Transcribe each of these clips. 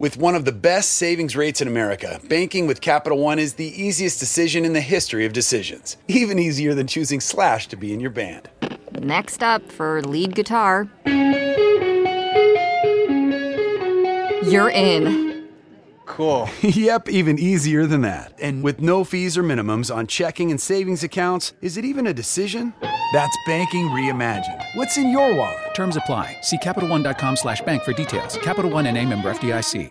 With one of the best savings rates in America, banking with Capital One is the easiest decision in the history of decisions. Even easier than choosing Slash to be in your band. Next up for lead guitar. You're in. Cool. yep, even easier than that. And with no fees or minimums on checking and savings accounts, is it even a decision? That's banking reimagined. What's in your wallet? Terms apply. See CapitalOne.com slash bank for details. Capital One and a member FDIC.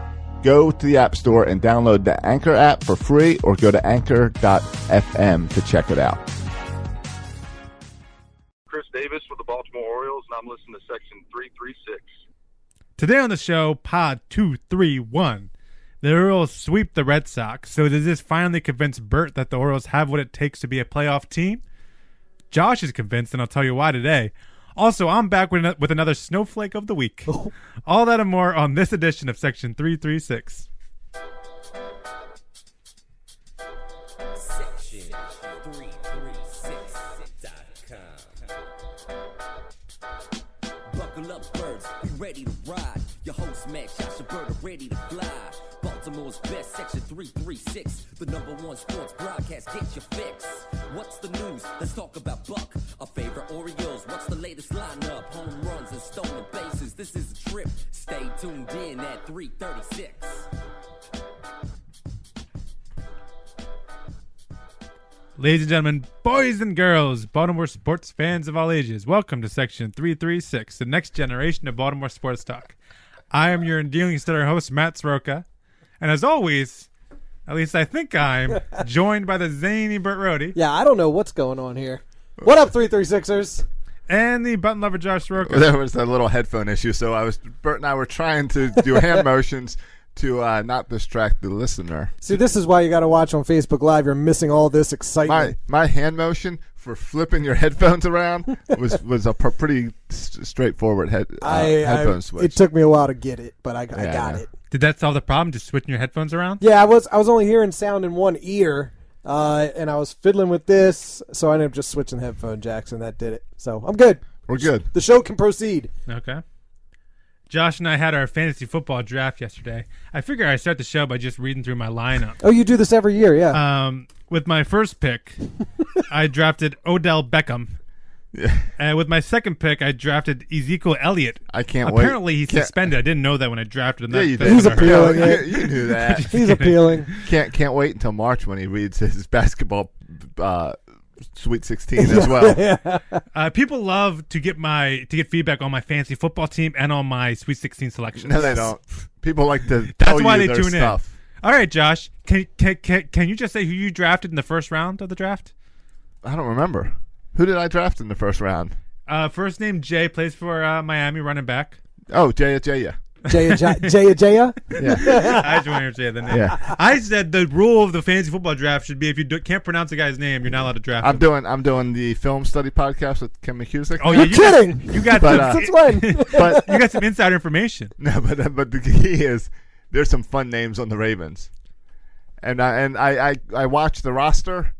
Go to the App Store and download the Anchor app for free or go to anchor.fm to check it out. Chris Davis with the Baltimore Orioles, and I'm listening to Section 336. Today on the show, Pod 231, the Orioles sweep the Red Sox. So does this finally convince Bert that the Orioles have what it takes to be a playoff team? Josh is convinced, and I'll tell you why today. Also, I'm back with, an- with another snowflake of the week. All that and more on this edition of Section 336. Section336.com. Buckle up, birds, be ready to ride. Your host, Max Shashabird, ready to fly. Baltimore's best, Section 336, the number one sports broadcast. Get your fix. What's the news? Let's talk about Buck, our favorite Orioles. What's the latest lineup? Home runs and stolen bases. This is a trip. Stay tuned in at 336. Ladies and gentlemen, boys and girls, Baltimore sports fans of all ages, welcome to Section 336, the next generation of Baltimore sports talk. I am your endearing stutter host, Matt Soroka. And as always, at least I think I'm, joined by the zany Burt Rohde Yeah, I don't know what's going on here. What up, 336ers? and the button lover, Josh Soroka. There was a little headphone issue, so I was Bert and I were trying to do hand motions to uh, not distract the listener. See, this is why you got to watch on Facebook Live. You're missing all this excitement. My my hand motion for flipping your headphones around was was a pr- pretty s- straightforward head, uh, I, headphone I, switch. it took me a while to get it, but I, I Yeah, got yeah. it. Did that solve the problem, just switching your headphones around? Yeah, I was I was only hearing sound in one ear, uh, and I was fiddling with this, so I ended up just switching headphone jacks, and that did it. So I'm good. We're good. The show can proceed. Okay. Josh and I had our fantasy football draft yesterday. I figure I start the show by just reading through my lineup. Oh, you do this every year, yeah. Um, with my first pick, I drafted Odell Beckham. And with my second pick, I drafted Ezekiel Elliott. I can't wait. Apparently, he's Can't- suspended. I didn't know that when I drafted him. Yeah, That- you that did. hurt. He's appealing. appealing Yeah, it. you, you knew that. He's appealing. Can't can't wait until March when he reads his basketball uh, Sweet Sixteen as well. Uh, people love to get my to get feedback on my fantasy football team and on my Sweet 16 selection. No, they don't. People like to. That's tell why you they their tune stuff. in. All right, Josh, can, can can can you just say who you drafted in the first round of the draft? I don't remember who did I draft in the first round. Uh, first name Jay plays for uh, Miami running back. Oh, Jaya Jaya. Jaya Jaya Jaya. Jaya? Yeah, I just want to say the name. Yeah. I said the rule of the fantasy football draft should be if you do, can't pronounce a guy's name, you're not allowed to draft I'm him. doing. I'm doing the film study podcast with Kim McCusick. Oh yeah, You're you kidding. Got, you got But, some, uh, Since when? but you got some inside information. no, but but the key is there's some fun names on the Ravens, and I and I I, I watched the roster.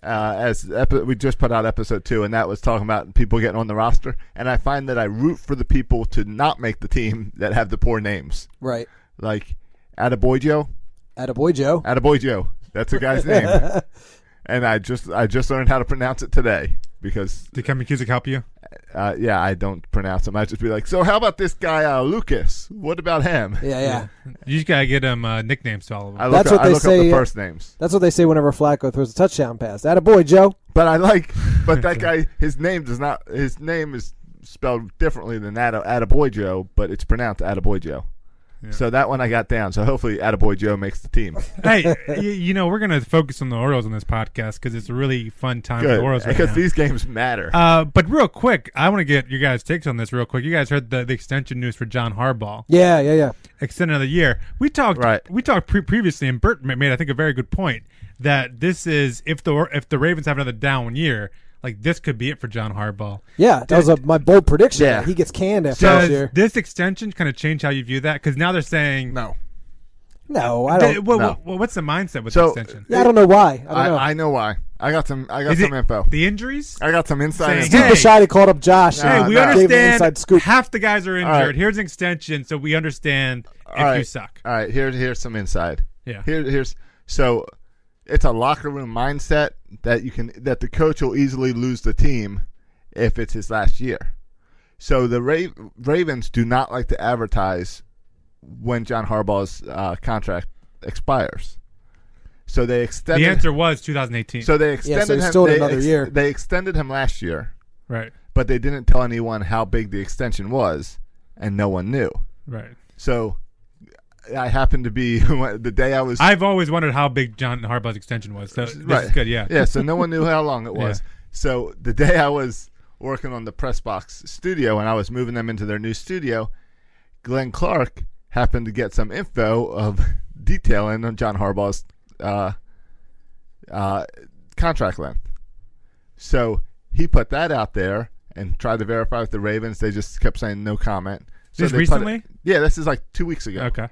Uh, as epi- we just put out episode two, and that was talking about people getting on the roster, and I find that I root for the people to not make the team that have the poor names, right. like Attaboy Joe, At a boy, Joe. Attaboy Joe. That's the guy's name. And I just I just learned how to pronounce it today. because Did Kevin Cusick help you? uh, yeah, I don't pronounce them. I just be like, so how about this guy uh, Lucas? What about him? Yeah, yeah. You just gotta get him uh, nicknames to all of them. I look, up, That's what they I look up say, the uh, first names. That's what they say whenever Flacco throws a touchdown pass. That a boy, Joe. But I like, but that guy, his name does not, his name is spelled differently than Atta, Attaboy Joe, but it's pronounced Attaboy Joe. So that one I got down. So hopefully Attaboy Joe makes the team. hey, y- you know we're gonna focus on the Orioles on this podcast because it's a really fun time for the Good. Orioles right Because now. these games matter. uh, but real quick, I want to get your guys' takes on this real quick. You guys heard the, the extension news for John Harbaugh, Yeah, yeah, yeah. extend another year. We talked, Right. We talked pre- previously, and Bert ma- made I think a very good point that this is if the Or- if the Ravens have another down year, like this could be it for John Harbaugh. Yeah, that was a, my bold prediction. Yeah. He gets canned after this Does year. this extension kind of change how you view that? Because now they're saying No. No, I Th- don't. what- No. what- what's the mindset with So, the extension? Yeah, I don't know why. I don't know. I, I know why. I got some. I got Is uh, some it info. The injuries? I got some inside Saying, info. hey, Hey. called up Josh. Hey, Hey, and we no. gave him an understand inside scoop. half the guys are injured. right. Here's an extension, so we understand if All right. you suck. All right, here, here's some inside. Yeah. Here, here's so it's a locker room mindset that you can that the coach will easily lose the team if it's his last year. So the Ra- Ravens do not like to advertise when John Harbaugh's uh, contract expires. So they The extended. answer was 2018. So they extended he's him. still in they another year. They extended him last year, right, but they didn't tell anyone how big the extension was, and no one knew. right. So I happened to be the day I was. I've always wondered how big John Harbaugh's extension was. So this is good. Yeah. Yeah. So no one knew how long it was. Yeah. So the day I was working on the press box studio and I was moving them into their new studio, Glenn Clark happened to get some info of detailing on John Harbaugh's uh, uh, contract length. So he put that out there and tried to verify with the Ravens. They just kept saying no comment. So This they put it- recently? yeah, this is like two weeks ago Okay.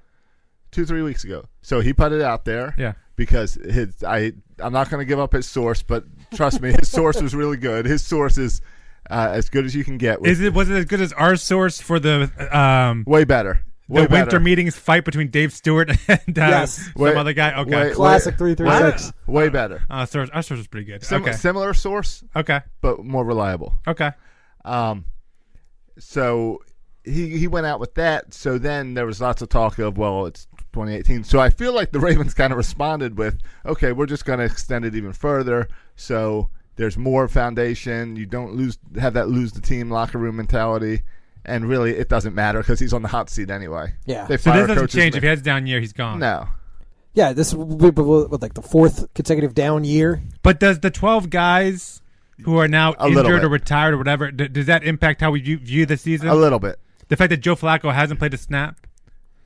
two three weeks ago. So he put it out there. Yeah. Because his I I'm not going to give up his source, but trust me, his source was really good. His source is uh, as good as you can get. With, Is it was it as good as our source for the um way better? Way the better. winter meetings fight between Dave Stewart and uh, Yes. some Way- other guy? Okay. way- Classic way- 336. Way better. uh, source, our source is pretty good. Sim- okay. Similar source, okay. but more reliable. Okay. Um, so he he went out with that. So then there was lots of talk of well, it's 2018. So I feel like the Ravens kind of responded with, okay, we're just going to extend it even further. So there's more foundation. You don't lose have that lose the team locker room mentality. And really, it doesn't matter because he's on the hot seat anyway. Yeah. They So fire this doesn't coaches change. and If he has a down year, he's gone. no, Yeah, this will be what, what, like the fourth consecutive down year. But does the 12 guys who are now A little injured or bit. retired or whatever, d- does that impact how we view, view the season? a little bit. The fact that Joe Flacco hasn't played a snap?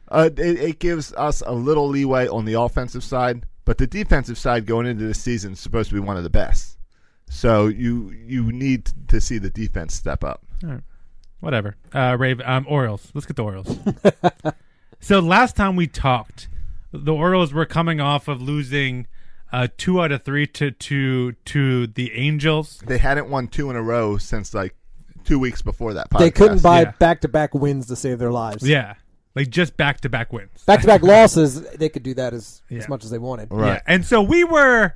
Uh, it, it gives us a little leeway on the offensive side, but the defensive side going into this season is supposed to be one of the best. So you you need to see the defense step up. Whatever. Uh, Rave, um, Orioles. Let's get the Orioles. so last time we talked, the Orioles were coming off of losing uh, two out of three to, to, to the Angels. They hadn't won two in a row since like two weeks before that podcast. They couldn't buy yeah. back to back wins to save their lives. Yeah. Like just back to back wins. Back to back losses, they could do that as, Yeah. as much as they wanted. Right. And so we were,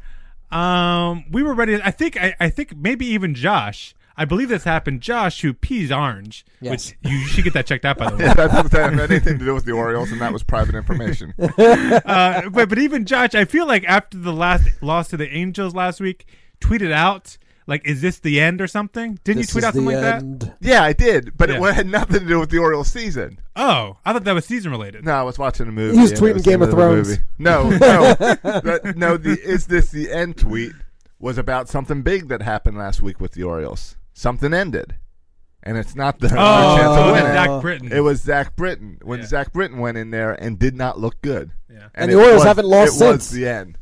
um, we were ready. I think, I, I think maybe even Josh. I believe this happened. Josh, who pees orange, Yes. which you should get that checked out by the way. that doesn't have anything to do with the Orioles, and that was private information. Uh, but but even Josh, I feel like after the last loss to the Angels last week, tweeted out like, "Is this the end or something?" Didn't This you tweet is out something the like that? end. yeah, I did, but Yeah. it had nothing to do with the Orioles season. Oh, I thought that was season related. No, I was watching a movie. He was and tweeting it Game the end of the Thrones. movie. No, no, That- no. The is this the end tweet was about something big that happened last week with the Orioles. Something ended, and it's not the Oh, our chance of oh, winning. Zach Britton. It was Zach Britton when Yeah. Zach Britton went in there and did not look good. Yeah. And it the Orioles was- haven't lost It since. was the end,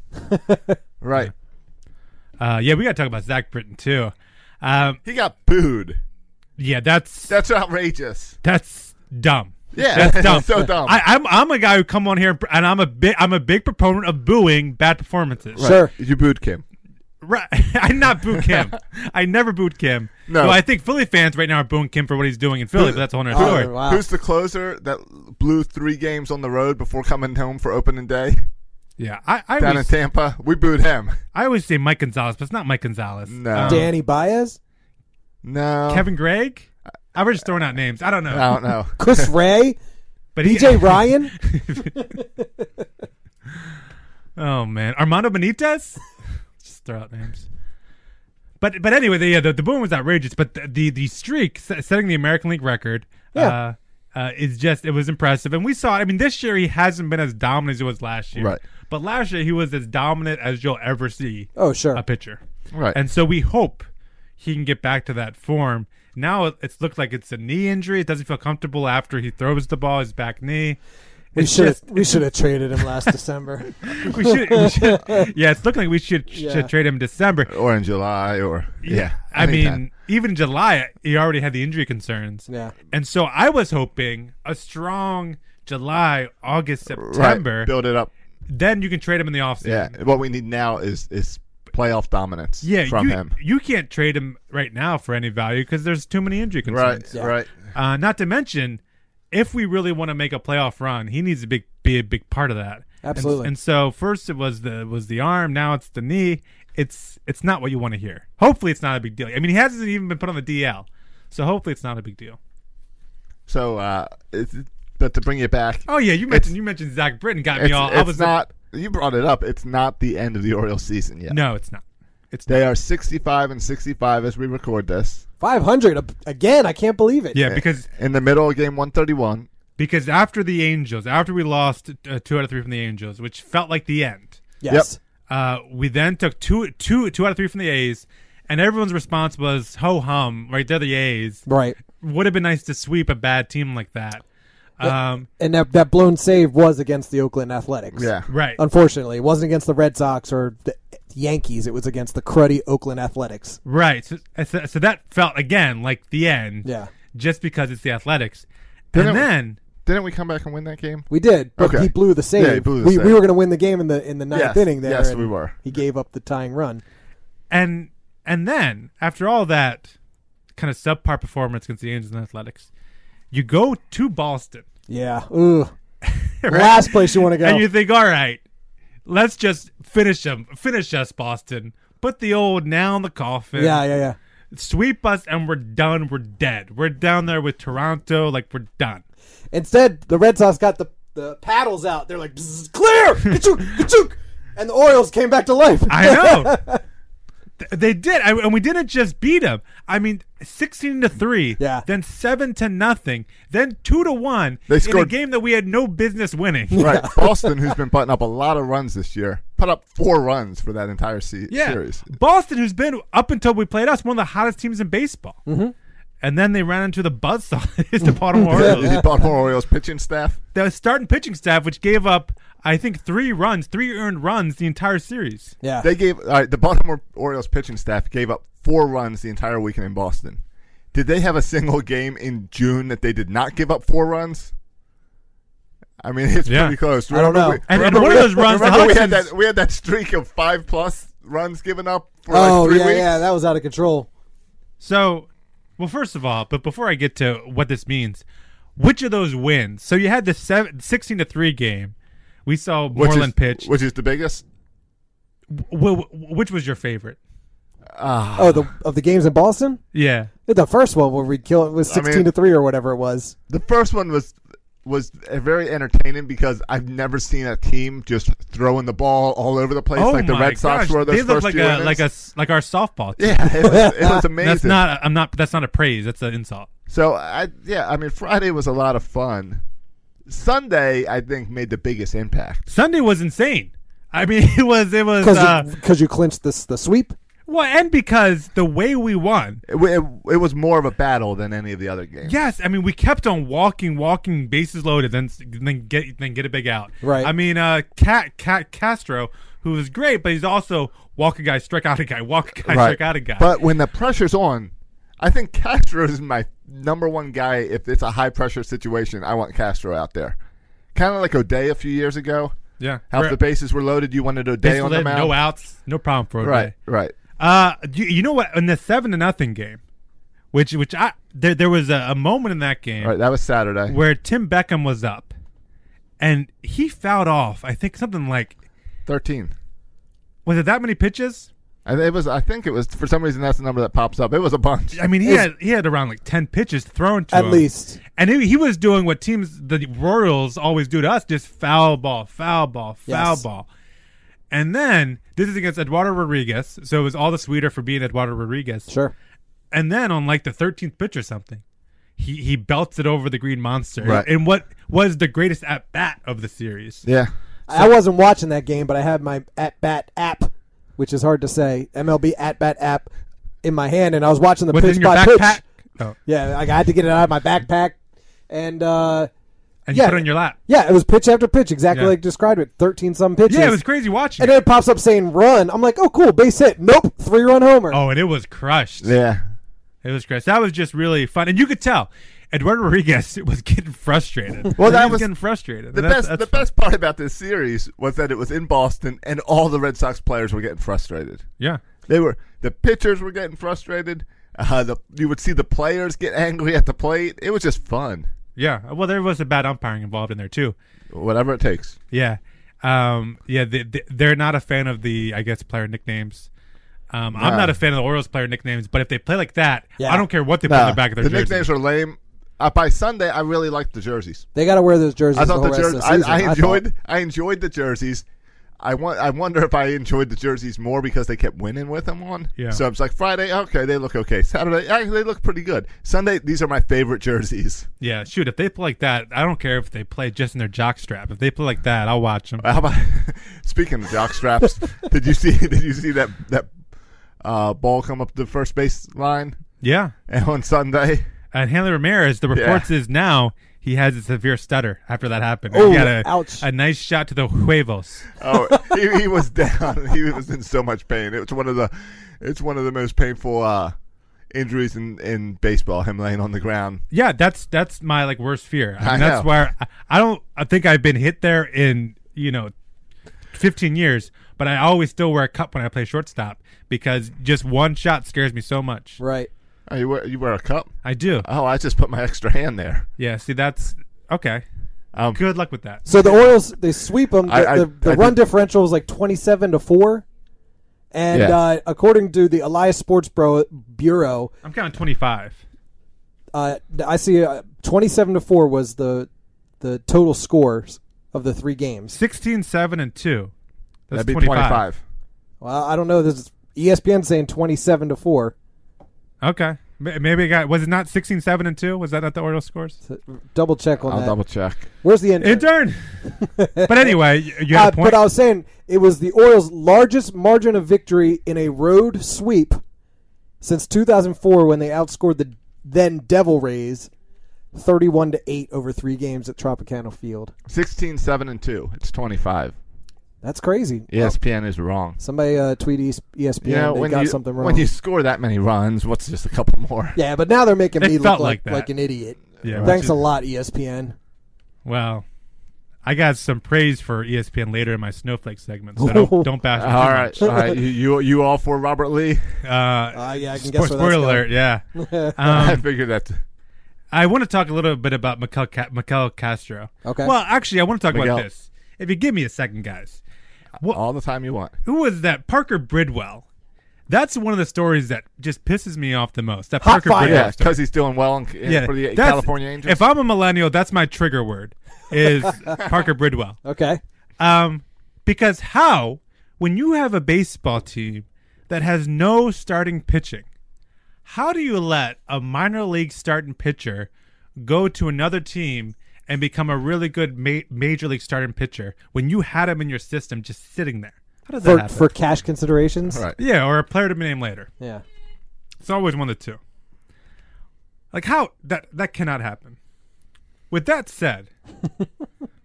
right? Uh, yeah, we got to talk about Zach Britton too. Um, He got booed. yeah, that's That's outrageous. that's dumb. Yeah, that's dumb. so dumb. I, I'm I'm a guy who come on here and I'm a big I'm a big proponent of booing bad performances. Right. Sure. You booed Kim. Right. I not boo Kim. I never booed Kim. No. Though I think Philly fans right now are booing Kim for what he's doing in Philly, but that's a whole nother Uh, story. wow. Who's the closer that blew three games on the road before coming home for opening day Yeah, I I down was- in Tampa? We booed him. I always say Mike Gonzalez, but it's not Mike Gonzalez. No. Um, Danny Baez? No. Kevin Gregg? I was just throwing out names. I don't know. I don't know. Chris Ray, but he- DJ Ryan. Oh man, Armando Benitez. Just throw out names. But but anyway, the, yeah, the the boom was outrageous. But the the, the streak se- setting the American League record. Yeah. Uh, uh, is just it was impressive, and we saw. I mean, this year he hasn't been as dominant as he was last year. Right. But last year he was as dominant as you'll ever see Oh sure. a pitcher. Right. And so we hope he can get back to that form. Now it- it's looked like it's a knee injury. It doesn't feel comfortable after he throws the ball, his back knee. we It's should just- have we should have traded him last December. we should, we should yeah, it's looking like we should, Yeah. should trade him in December. Or in July or yeah. I anytime. mean, even July, he already had the injury concerns. Yeah. And so I was hoping a strong July, August, September. Right. Build it up. Then you can trade him in the offseason. Yeah. What we need now is is playoff dominance Yeah, from you, him. you can't trade him right now for any value because there's too many injury Right. concerns. Right. Uh, not to mention, if we really want to make a playoff run, he needs to be, be a big part of that. And- Absolutely. And, so first it was the was the arm, now it's the knee. It's it's not what you want to hear. Hopefully it's not a big deal. I mean, he hasn't even been put on the DL, so hopefully it's not a big deal. So, uh, it's, but to bring it back, Oh yeah, you mentioned you mentioned Zach Britton got it's, me all. I it's was not. you brought it up. It's not the end of the Orioles season yet. no, it's not. It's They are 65 and 65 as we record this. Five hundred again. I can't believe it. yeah because In the middle of game 131, because after the Angels, after we lost uh, two out of three from the Angels, which felt like the end. Yes. Uh, we then took two, two, two out of three from the A's, and everyone's response was ho hum, right? They're the A's. Right. Would have been nice to sweep a bad team like that. Um, And that that blown save was against the Oakland Athletics. yeah. right. Uh, Unfortunately, it wasn't against the Red Sox or the Yankees. It was against the cruddy Oakland Athletics. Right. So, uh, so, so that felt, again, like the end. Yeah. Just because it's the Athletics. it- and then, Didn't we come back and win that game? We did, but Okay. he blew the save. Yeah, he blew the we, save. we were going to win the game in the in the ninth Yes, inning. There, yes, and we were. He gave up the tying run. and, and then, after all that kind of subpar performance against the Angels and Athletics, you go to Boston. Yeah. Ooh. Last place you want to go. And you think, all right, let's just finish them. Finish us, Boston. Put the old now in the coffin. yeah, yeah, yeah. Sweep us, and we're done. We're dead. We're down there with Toronto. Like, we're done. Instead, the Red Sox got the the paddles out. They're like "Bzzz, clear, ka-chook, ka-chook!" and the Orioles came back to life. I know. Th- they did. I, and we didn't just beat them. I mean, 16 to 3. Yeah. Then 7 to nothing. Then 2 to 1. They In a scored- game that we had no business winning. Right. Boston, who's been putting up a lot of runs this year, put up four runs for that entire se- yeah. series. Boston, who's been up until we played us, one of the hottest teams in baseball. Mm-hmm. And then they ran into the buzzsaw that is the Baltimore Orioles. the Baltimore Orioles pitching staff. The starting pitching staff, which gave up, I think, three runs, three earned runs the entire series. yeah. They gave all right, the Baltimore Orioles pitching staff gave up four runs the entire weekend in Boston. Did they have a single game in June that they did not give up four runs? I mean, it's Yeah. pretty close. I don't know. And, and remember one of we- those runs, the remember we had Hudson's- that we had that streak of five plus runs given up for oh like three yeah, weeks. yeah. That was out of control. So, well, first of all, but before I get to what this means, which of those wins? So you had the seven, 16 to three game. We saw which Moreland is, pitch. Which, which is the biggest. which was your favorite? Ah, Oh, the of the games in Boston. Yeah, The first one where we kill it was I mean- sixteen to three or whatever it was. The first one was was uh, very entertaining because I've never seen a team just throwing the ball all over the place like the Oh my Red Sox gosh, were those they look first like few a innings. like a s- like our softball team. yeah, it was, it was amazing. that's not. I'm not. That's not a praise. That's an insult. So I yeah, I mean Friday was a lot of fun. Sunday I think made the biggest impact. Sunday was insane. I mean, it was. It was. because Uh, you clinched this the sweep. well, and because the way we won, It, wa- it, it was more of a battle than any of the other games. Yes, I mean we kept on walking, walking, bases loaded, then then get then get a big out. Right. I mean, uh, Cat Cat Castro, who was great, but he's also walk a guy, strike out a guy, walk a guy, right. strike out a guy. But when the pressure's on, I think Castro is my number one guy. If it's a high pressure situation, I want Castro out there. Kind of like O'Day a few years ago. yeah, Half We're- the bases were loaded. You wanted O'Day base on the loaded, mound. no outs, no problem for O'Day. Right, right. Uh, you, you know what? In the seven to nothing game, which which I there there was a, a moment in that game All right, that was Saturday. where Tim Beckham was up, and he fouled off. I think something like 13. was it that many pitches? And it was, I think it was, for some reason, that's the number that pops up. It was a bunch. I mean, he had he had around like ten pitches thrown to At him, least. and he, he was doing what teams the Royals always do to us: just foul ball, foul ball, foul Yes. ball. And then this is against Eduardo Rodriguez, so it was all the sweeter for being Eduardo Rodriguez. Sure. And then on like the 13th pitch or something, he he belts it over the Green Monster Right. in what was the greatest at bat of the series. Yeah. I wasn't watching that game, but I had my at bat app, which is hard to say, MLB at bat app, in my hand, and I was watching the Within pitch your by backpack, pitch. oh, Yeah, like I had to get it out of my backpack, and uh, and Yeah. you put it on your lap. yeah, it was pitch after pitch, exactly Yeah. like described with thirteen some pitches. Yeah, it was crazy watching. And it. then it pops up saying run. I'm like, oh cool, base hit. Nope, three run homer. oh, and it was crushed. Yeah. It was great. That was just really fun, and you could tell Eduardo Rodriguez was getting frustrated. Well, that he was was getting frustrated. The And that's- best, that's the best part about this series was that it was in Boston, and all the Red Sox players were getting frustrated. Yeah, They were the pitchers were getting frustrated. Uh, the you would see the players get angry at the plate. It was just fun, yeah. Well, there was a bad umpiring involved in there too. whatever it takes. Yeah, um, yeah. They, they, they're not a fan of the, I guess, player nicknames. Um, I'm No. not a fan of the Orioles player nicknames, but if they play like that, Yeah. I don't care what they put Nah, in the back of their the jersey. nicknames are lame. Uh, by Sunday, I really liked the jerseys. They got to wear those jerseys. I thought the the whole rest jerseys. of the season, I, I thought. enjoyed. I, enjoyed the jerseys. I want. I wonder if I enjoyed the jerseys more because they kept winning with them on. Yeah. So it's like Friday, okay, they look okay. Saturday, ah, they look pretty good. Sunday, these are my favorite jerseys. yeah, shoot. If they play like that, I don't care if they play just in their jock strap. If they play like that, I'll watch them. How about speaking of jock straps? did you see? Did you see that that uh, ball come up the first base line yeah. on Sunday? And Hanley Ramirez, the reports is now he has a severe stutter after that happened. Oh, he had a, ouch. a nice shot to the huevos. Oh, he, he was down. He was in so much pain. It was one of the, it's one of the most painful uh, injuries in, in baseball. Him laying on the ground. Yeah, that's that's my like worst fear. I mean, I that's know. where I, I don't. I think I've been hit there in you know, fifteen years. But I always still wear a cup when I play shortstop because just one shot scares me so much. Right. Oh, you wear you wear a cup? I do. Oh, I just put my extra hand there. Yeah. See, that's okay. Um, Good luck with that. So the Orioles they sweep them. The, I- I- the, the I run did- differential was like twenty-seven to four, and Yeah. uh, according to the Elias Sports Bro- Bureau, I'm counting twenty five. uh, I see uh, twenty-seven to four was the the total scores of the three games. 16, 7, and two. That's That'd be 25. 25. Well, I don't know. This is E ESPN saying twenty-seven to four. Okay. Ma- Maybe I got was it not 16, 7, and two? Was that not the Orioles scores? Double check on I'll that. double check. Where's the intern? Intern. but anyway, you, you Uh, had a point. but I was saying it was the Orioles' largest margin of victory in a road sweep since 2004 when they outscored the then Devil Rays 31 to 8 over 3 games at Tropicana Field. 16, 7, and 2. It's E 25. That's crazy. ESPN is wrong. Somebody uh, tweet ES- ESPN You know, they when got you, something wrong. when you score that many runs, what's just a couple more? yeah, but now they're making It me look felt like, like that. like an idiot. Yeah, which Thanks is- a lot E ESPN. Well, I got some praise for E ESPN later in my snowflake segment, so don't, don't bash. them too All right. much. All right. You, you, you all for Robert Lee? Uh, Uh, yeah, I can spoiler guess where that's alert. Yeah. I Um, figured that. I want to talk a little bit about Mikel, Ca- Mikel Castro. Okay. Well, actually, I want to talk Miguel. about this. If you give me a second, guys, All the time you want. who was that? Parker Bridwell. That's one of the stories that just pisses me off the most. That Hot Parker fire. Bridwell Yeah, story. because he's doing well in, in- for the that's- California Angels. If I'm a millennial, that's my trigger word is Parker Bridwell. Okay. Um, because how, when you have a baseball team that has no starting pitching, how do you let a minor league starting pitcher go to another team and become a really good ma- major league starting pitcher when you had him in your system just sitting there? How does that For, happen? for cash considerations. All right. yeah, or a player to be named later. Yeah. It's always one of the two. Like how that that cannot happen. With that said,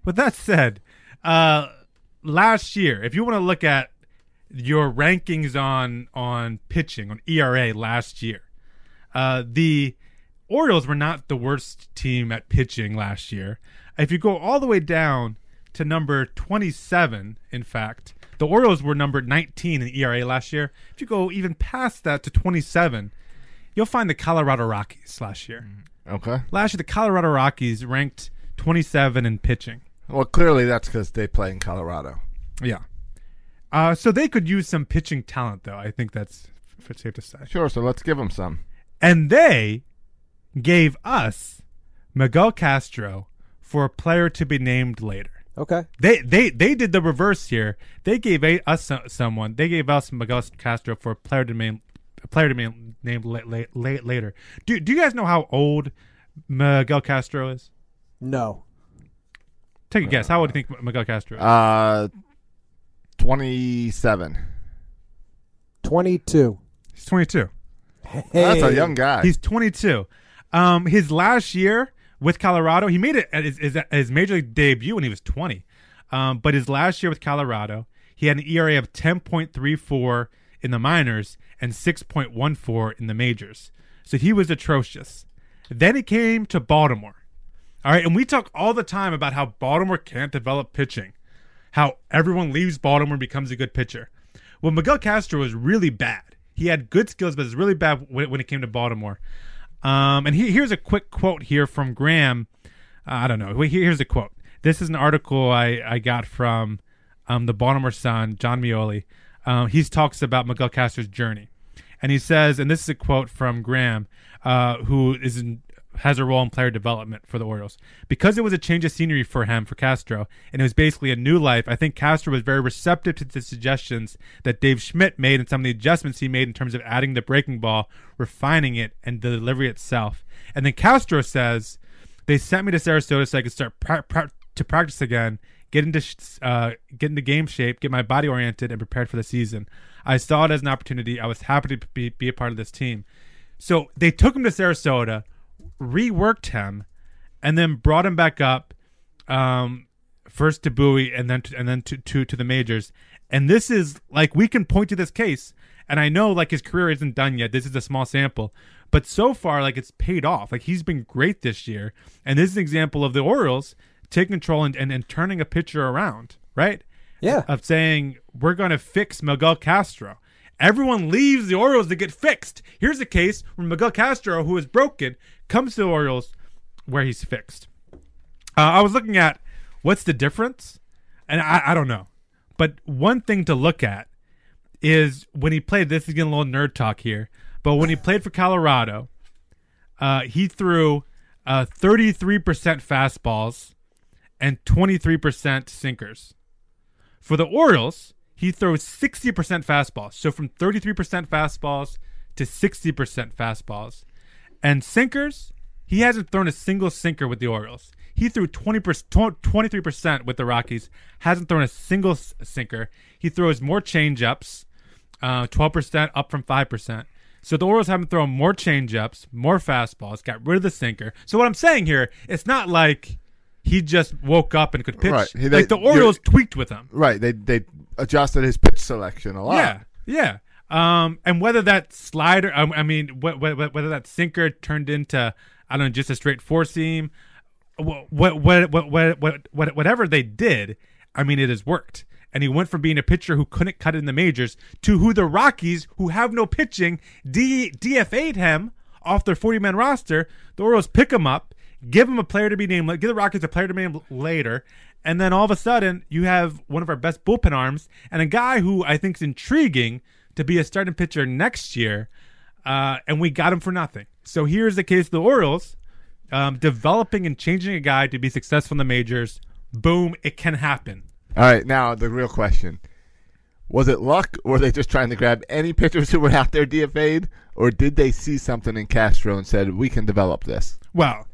with that said, uh last year, if you want to look at your rankings on on pitching on ERA last year, uh the Orioles were not the worst team at pitching last year. If you go all the way down to number 27, in fact, the Orioles were number 19 in ERA last year. If you go even past that to 27, you'll find the Colorado Rockies last year. okay. Last year, the Colorado Rockies ranked 27 in pitching. Well, clearly that's because they play in Colorado. Yeah. Uh, so they could use some pitching talent, though. I think that's f- safe to say. Sure, so let's give them some. And they gave us Miguel Castro for a player to be named later. Okay. They they they did the reverse here. They gave a, us so- someone. They gave us Miguel Castro for a player to name a player to be named late, late, late later. Do do you guys know how old Miguel Castro is? No. Take a guess. How old do you think Miguel Castro? Is? Uh, 27. 22. He's 22. Oh, That's a Hey. young guy. He's 22. Um, his last year with Colorado, he made it at his, his, his major league debut when he was 20. Um, but his last year with Colorado, he had an ERA of 10.34 in the minors and 6.14 in the majors. So he was atrocious. Then he came to Baltimore. All right, and we talk all the time about how Baltimore can't develop pitching, how everyone leaves Baltimore and becomes a good pitcher. Well, Miguel Castro was really bad. He had good skills, but was really bad when, when it came to Baltimore. Um, and he, here's a quick quote here from Graham. Uh, I don't know. Wait, here- Here's a quote. This is an article I, I got from um, the Baltimore Sun, John Mioli. Um, he talks about Miguel Castro's journey. And he says, and this is a quote from Graham, uh, who is in, has a role in player development for the Orioles. Because it was a change of scenery for him, for Castro, and it was basically a new life, I think Castro was very receptive to the suggestions that Dave Schmidt made and some of the adjustments he made in terms of adding the breaking ball, refining it, and the delivery itself. And then Castro says, they sent me to Sarasota so I could start pra- pra- to practice again, get into sh- uh, get into game shape, get my body oriented and prepared for the season. I saw it as an opportunity. I was happy to be, be a part of this team. So they took him to Sarasota, reworked him, and then brought him back up, um, first to Bowie and then to, and then to, to to the majors. And this is like we can point to this case. And I know like his career isn't done yet. This is a small sample, but so far like it's paid off. Like he's been great this year. And this is an example of the Orioles taking control and and, and turning a pitcher around, right? Yeah. Of saying we're going to fix Miguel Castro. Everyone leaves the Orioles to get fixed. Here's a case where Miguel Castro, who is broken, comes to the Orioles where he's fixed. Uh, I was looking at what's the difference, and I, I don't know. But one thing to look at is when he played. This is getting a little nerd talk here, but when he played for Colorado, uh, he threw uh, 33% fastballs and 23% sinkers. For the Orioles, he throws 60% fastballs. So from 33% fastballs to 60% fastballs. And sinkers, he hasn't thrown a single sinker with the Orioles. He threw 20 23% with the Rockies, hasn't thrown a single s- sinker. He throws more changeups, uh, 12% up from 5%. So the Orioles haven't thrown more changeups, more fastballs, got rid of the sinker. So what I'm saying here, it's not like he just woke up and could pitch. Right. He- like they- the Orioles you're- tweaked with him. right, they they adjusted his pitch selection a lot. Yeah, yeah. Um, and whether that slider, um, I, I mean, wh- wh- wh- whether that sinker turned into, I don't know, just a straight four seam, what, what, what, what, what, what, whatever they did, I mean, it has worked. And he went from being a pitcher who couldn't cut it in the majors to who the Rockies, who have no pitching, D- DFA'd him off their 40 man roster. The Orioles pick him up, give him a player to be named, give the Rockets a player to be named later. And then all of a sudden, you have one of our best bullpen arms and a guy who I think is intriguing to be a starting pitcher next year. Uh, and we got him for nothing. So here's the case of the Orioles um, developing and changing a guy to be successful in the majors. Boom, it can happen. All right, now the real question. Was it luck, or were they just trying to grab any pitchers who were out there DFA'd, or did they see something in Castro and said, we can develop this? Well,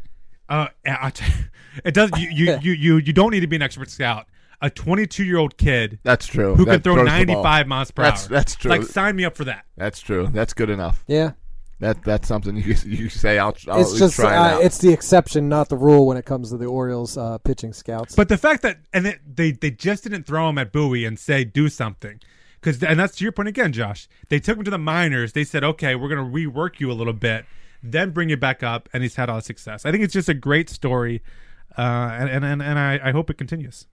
uh, I- I- it does. You, you, you, you, you don't need to be an expert scout. A 22 year old kid That's true. who That can throw throws the ball. 95 miles per That's- hour. that's true. Like, sign me up for that. That's true. That's good enough. Yeah. That That's something you you say, I'll, I'll at It's least just try it uh, out. it's the exception, not the rule, when it comes to the Orioles uh, pitching scouts. But the fact that and it, they they just didn't throw him at Bowie and say do something, because and that's to your point again, Josh. They took him to the minors. They said, okay, we're gonna rework you a little bit, then bring you back up, and he's had all the success. I think it's just a great story, uh, and and and, and I, I hope it continues.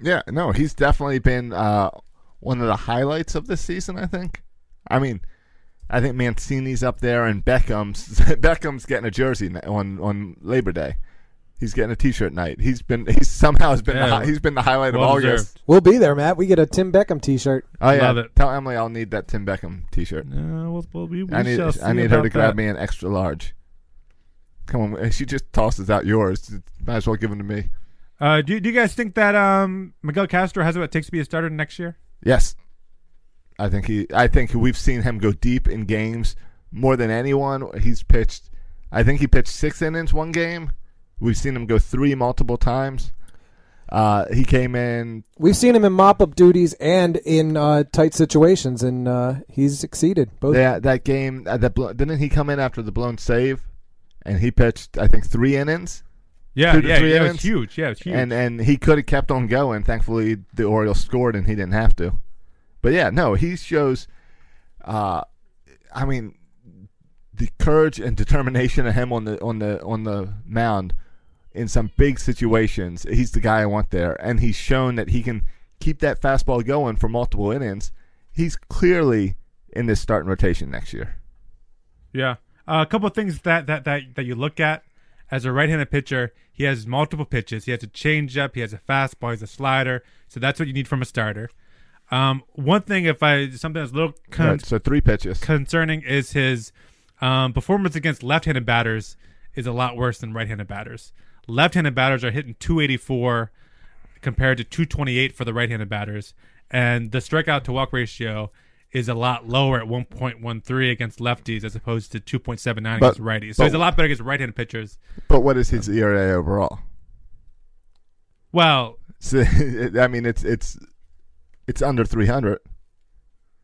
Yeah, no, he's definitely been uh, one of the highlights of this season. I think. I mean, I think Mancini's up there, and Beckham's Beckham's getting a jersey na- on on Labor Day. He's getting a T-shirt night. He's been he's somehow has been the Yeah. hi- he's been the highlight of Well August. deserved. We'll be there, Matt. We get a Tim Beckham T-shirt. Oh yeah, Love it. tell Emily I'll need that Tim Beckham T-shirt. Uh, well, well, we, we I need shall see I need her to about grab that. me an extra large. Come on, she just tosses out yours. Might as well give them to me. Uh, do, do you guys think that um, Miguel Castro has what it takes to be a starter next year? Yes, I think he. I think we've seen him go deep in games more than anyone. He's pitched. I think he pitched six innings one game. We've seen him go three multiple times. Uh, he came in. We've seen him in mop-up duties and in uh, tight situations, and uh, he's succeeded. Both. That that game. Uh, that blo- didn't he come in after the blown save, and he pitched. I think three innings. Yeah, Two to yeah, three yeah, it innings? was huge. Yeah, it was huge. And and he could have kept on going. Thankfully, the Orioles scored, and he didn't have to. But yeah, no, he shows. Uh, I mean, the courage and determination of him on the on the on the mound in some big situations. He's the guy I want there, and he's shown that he can keep that fastball going for multiple innings. He's clearly in this starting rotation next year. Yeah. Uh, a couple of things that, that, that, that you look at as a right handed pitcher, he has multiple pitches. He has a changeup, he has a fastball, he has a slider. So that's what you need from a starter. Um, one thing, if I something that's a little con- Right, so three pitches. concerning, is his um, performance against left handed batters is a lot worse than right handed batters. Left handed batters are hitting 284 compared to 228 for the right handed batters. And the strikeout to walk ratio is a lot lower at 1.13 against lefties as opposed to 2.79 But- against righties. So but- he's a lot better against right handed pitchers. But what is his ERA overall? Well, So I mean, it's it's it's under three hundred,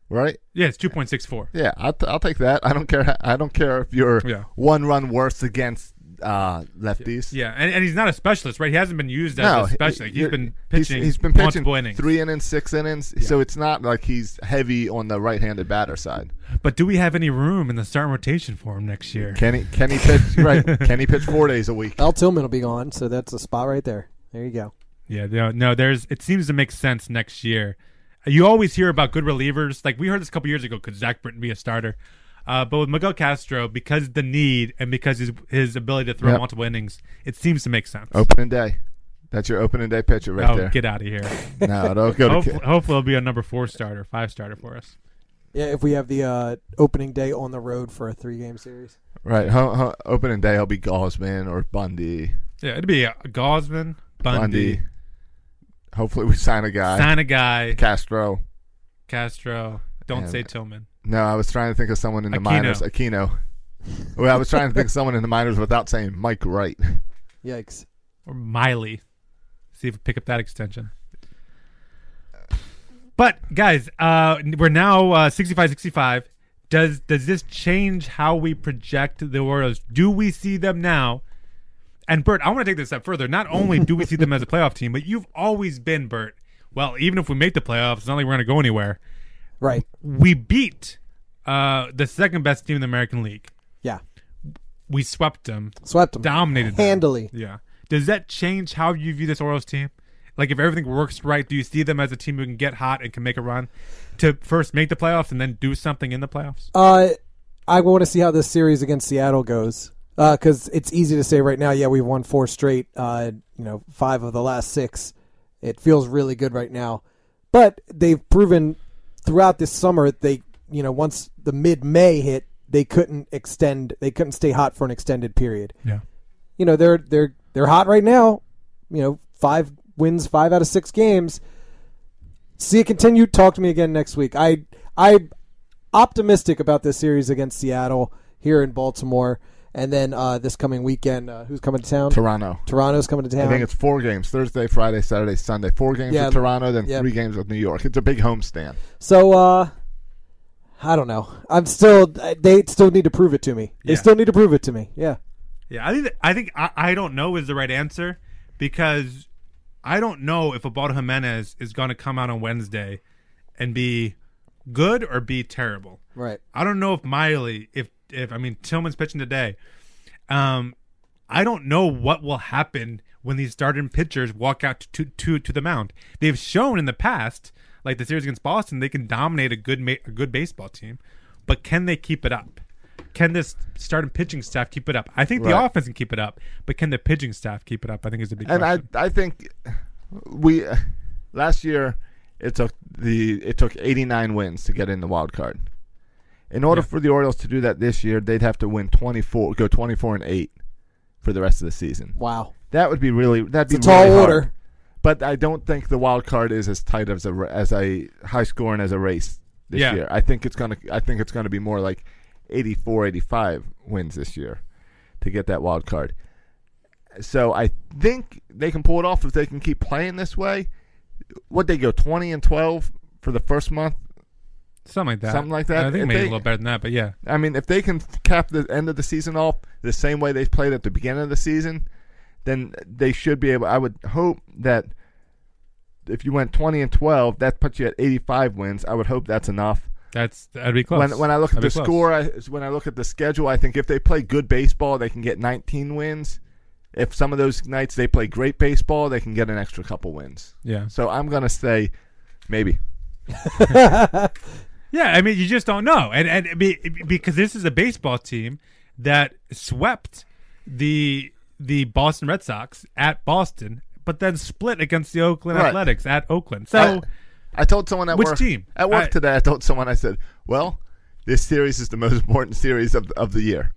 right? yeah, it's 2.64. Yeah, I'll, t- I'll take that. I don't care. how- I don't care if you're Yeah. one run worse against uh, lefties. Yeah, and, and he's not a specialist, right? He hasn't been used as a he- specialist. He's you're- been pitching He's, he's been pitching multiple innings. three innings, six innings. So it's not like he's heavy on the right-handed batter side. But do we have any room in the starting rotation for him next year? Can he? Can he pitch? right? Can he pitch four days a week? Al Tillman will be gone, so that's a spot right there. There you go. Yeah, no, no, there's it seems to make sense next year. You always hear about good relievers. Like we heard this a couple years ago, could Zach Britton be a starter? Uh, but with Miguel Castro, because the need and because his his ability to throw Yep. multiple innings, it seems to make sense. Opening day. That's your opening day pitcher right oh, there. get Oh, out of here. No, don't go to. hopefully, Ki- hopefully, it'll be a number four starter, five starter for us. Yeah, if we have the uh, opening day on the road for a three-game series. Right. Ho- ho- opening day, I'll be Gosman or Bundy. Yeah, it'd be a Gosman, Bundy, Bundy. Hopefully, we sign a guy. sign a guy, Castro. Castro. Don't And- say Tillman. No, I was trying to think of someone in the Aquino. minors. Aquino. Well, I was trying to think of someone in the minors without saying Mike Wright. Yikes. or Miley. See if we pick up that extension. But guys, uh, we're now uh, 65 65. Does does this change how we project the Orioles? Do we see them now? And Bert, I want to take this a step further. Not only do we see them as a playoff team, but you've always been Bert. Well, even if we make the playoffs, it's not like we're going to go anywhere. Right. We beat uh, the second best team in the American League. Yeah. We swept them Swept him. dominated them. Handily. Yeah. Does that change how you view this Orioles team? Like, if everything works right, do you see them as a team who can get hot and can make a run to first make the playoffs and then do something in the playoffs? Uh, I want to see how this series against Seattle goes. Because it's easy to say right now, yeah, we've won four straight. Uh, you know, five of the last six. It feels really good right now, but they've proven throughout this summer they, you know, once the mid-May hit, they couldn't extend. They couldn't stay hot for an extended period. Yeah. you know they're they're they're hot right now. You know, five wins, five out of six games. See it continue. Talk to me again next week. I I optimistic about this series against Seattle here in Baltimore, and then uh, this coming weekend, uh, who's coming to town? Toronto. Toronto's coming to town. I think it's four games Thursday, Friday, Saturday, Sunday. Four games Yeah. with Toronto, then Yeah. three games with New York. It's a big homestand. so. Uh, I don't know. I'm still. They still need to prove it to me. They Yeah. still need to prove it to me. Yeah. Yeah. I think, I think I, I don't know is the right answer because I don't know if Abaldo Jimenez is going to come out on Wednesday and be good or be terrible. Right. I don't know if Miley, if if I mean Tillman's pitching today. Um, I don't know what will happen when these starting pitchers walk out to to to the mound. They've shown in the past, like the series against Boston, they can dominate a good ma- a good baseball team, but can they keep it up? can this starting pitching staff keep it up? I think the Right. offense can keep it up, but can the pitching staff keep it up? I think is a big and I, question. I think we last year it took the it took 89 wins to get in the wild card. In order for the Orioles to do that this year, they'd have to win 24, go 24 and eight for the rest of the season. Wow. That would be really that'd be It's a tall really hard. order. But I don't think the wild card is as tight as a ra- as a high scoring as a race this Yeah. year. I think it's gonna I think it's gonna be more like 84, 85 wins this year to get that wild card. So I think they can pull it off if they can keep playing this way. Would they go twenty and twelve for the first month? something like that. something like that. I think If maybe they- a little better than that, but yeah. I mean, if they can cap the end of the season off the same way they played at the beginning of the season, then they should be able. I would hope that if you went twenty and twelve, that puts you at eighty-five wins. I would hope that's enough. That's that'd be close. When, when I look at That'd the be close. score, I, when I look at the schedule, I think if they play good baseball, they can get 19 wins. If some of those nights they play great baseball, they can get an extra couple wins. yeah, So I'm gonna say, maybe. yeah. I mean, you just don't know, and and be, because this is a baseball team that swept the the Boston Red Sox at Boston, but then split against the Oakland Right. Athletics at Oakland. So. I, I told someone at Which work team? at work I- today. I told someone I said, "Well, this series is the most important series of of the year,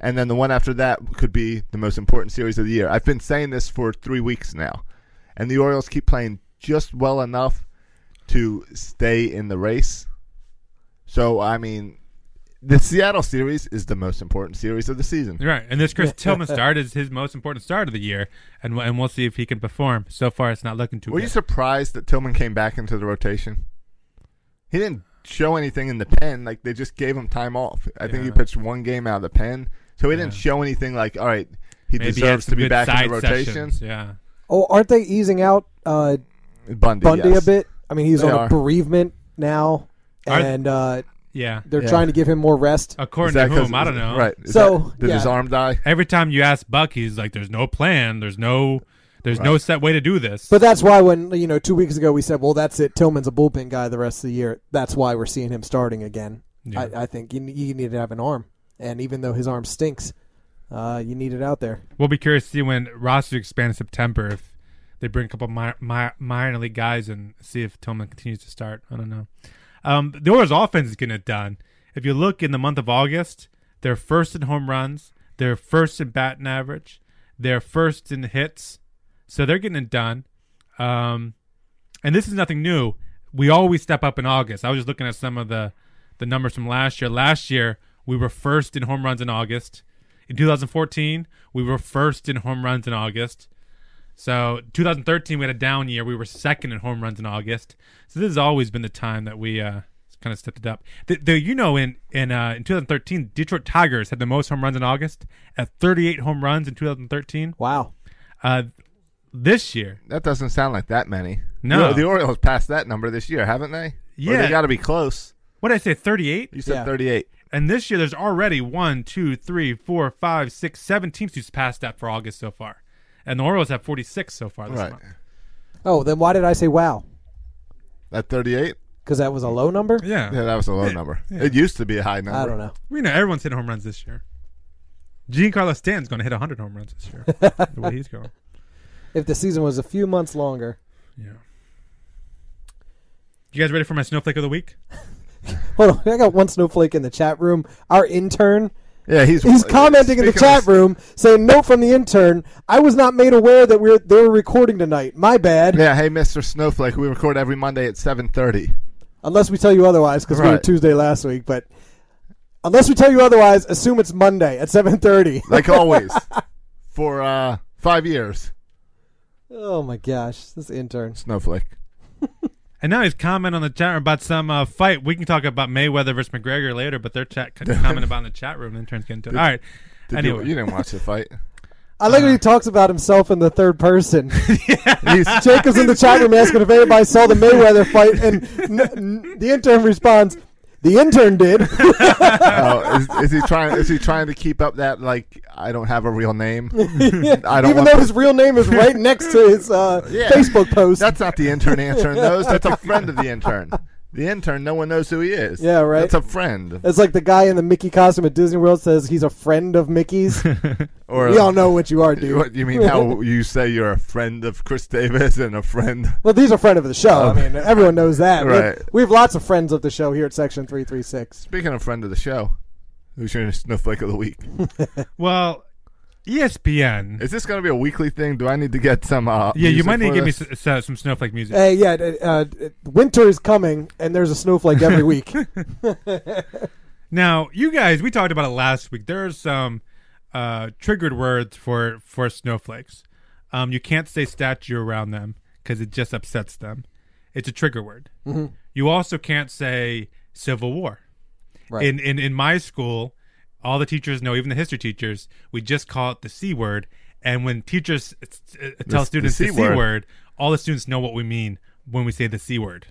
and then the one after that could be the most important series of the year." I've been saying this for three weeks now, and the Orioles keep playing just well enough to stay in the race. So I mean, the Seattle series is the most important series of the season. Right, and this Chris Tillman start is his most important start of the year, and we'll- and we'll see if he can perform. So far, it's not looking too Were you good. surprised that Tillman came back into the rotation? He didn't show anything in the pen. Like they just gave him time off. I think he Yeah. pitched one game out of the pen, so he didn't show anything. Like all right, he Maybe he had deserves to some be good back in the side rotation. sessions, Yeah, Oh, aren't they easing out uh, Bundy, Bundy yes. a bit? I mean, he's They on are. a bereavement now, Are- and uh, yeah. they're Yeah. trying to give him more rest. Is According that to whom, 'cause- I don't know. Right? Is So, that- did his yeah. arm die? Every time you ask Buck, he's like, "There's no plan. There's no, there's no set way to do this." But that's why when you know two weeks ago we said, well, that's it. Tillman's a bullpen guy the rest of the year. That's why we're seeing him starting again. Yeah. I, I think you, you need to have an arm, and even though his arm stinks, uh, you need it out there. we'll be curious to see when roster expands in September if they bring a couple mi- mi- minor league guys and see if Tillman continues to start. I don't know. Um, the Orioles' offense is getting it done. If you look in the month of August, they're first in home runs, they're first in batting average, they're first in hits, so they're getting it done. Um, and this is nothing new. We always step up in August. I was just looking at some of the the numbers from last year. Last year we were first in home runs in August. In 2014, we were first in home runs in August. So 2013 we had a down year. We were second in home runs in August. So this has always been the time that we uh, kind of stepped it up. The, the, you know in in uh, in 2013 Detroit Tigers had the most home runs in August at 38 home runs in 2013. Wow. Uh, this year, That doesn't sound like that many. No. the, the Orioles passed that number this year, haven't they? Or Yeah. they got to be close. what did I say? 38. You said Yeah. thirty-eight. And this year, there's already one, two, three, four, five, six, seven teams who's passed that for August so far. And the Orioles have 46 so far this Right. month. Oh, then why did I say wow? At thirty-eight, Because that was a low number. Yeah. yeah, that was a low number. It used to be a high number. I don't know. We know everyone's hitting home runs this year. Giancarlo Stanton's going to hit 100 home runs this year. the way he's going. If the season was a few months longer, Yeah. You guys ready for my snowflake of the week? hold on. I got one snowflake in the chat room. Our intern. Oh, Yeah, he's He's commenting in the Speaking of- chat room saying, "Note from the intern: I was not made aware that we are they were recording tonight. My bad. Yeah, hey, Mister Snowflake. We record every Monday at seven thirty. Unless we tell you otherwise, because we were Right. Tuesday last week. But unless we tell you otherwise, assume it's Monday at seven thirty. like always for uh five years oh my gosh, this intern. snowflake And now he's comment on the chat room about some uh, fight. We can talk about Mayweather versus McGregor later, but their chat comment about in the chat room. The intern's getting to it. All right. Did anyway. you, you didn't watch the fight I like when he talks about himself in the third person. He's- Jacob's in the chat room asking if anybody saw the Mayweather fight, and n- n- the intern responds, "The intern did." oh, is, is he trying is he trying to keep up that like i don't have a real name i don't Even want though his real name is right next to his uh, Yeah. Facebook post. that's not the intern answering those that's a friend of the intern The intern, no one knows who he is. Yeah, right. That's a friend. It's like the guy in the Mickey costume at Disney World says he's a friend of Mickey's. Or we all know what you are, dude. What, you mean how you say you're a friend of Chris Davis and a friend? Well, these are friend of the show. I mean, everyone knows that. We have- Right. We have lots of friends of the show here at Section 336. Speaking of friend of the show, who's your snowflake of the week? Well, E ESPN. Is this going to be a weekly thing? Do I need to get some? Uh, yeah, you music might need to for give me this? s- s- some snowflake music. Hey, yeah, uh, uh, winter is coming, and there's a snowflake every week. Now, you guys, we talked about it last week. There are some uh, triggered words for for snowflakes. Um, you can't say statue around them because it just upsets them. It's a trigger word. Mm-hmm. You also can't say civil war. Right. In, in in my school, all the teachers know, even the history teachers, we just call it the c word. And when teachers uh, s- uh, tell the students the C c word. word, all the students know what we mean when we say the c word.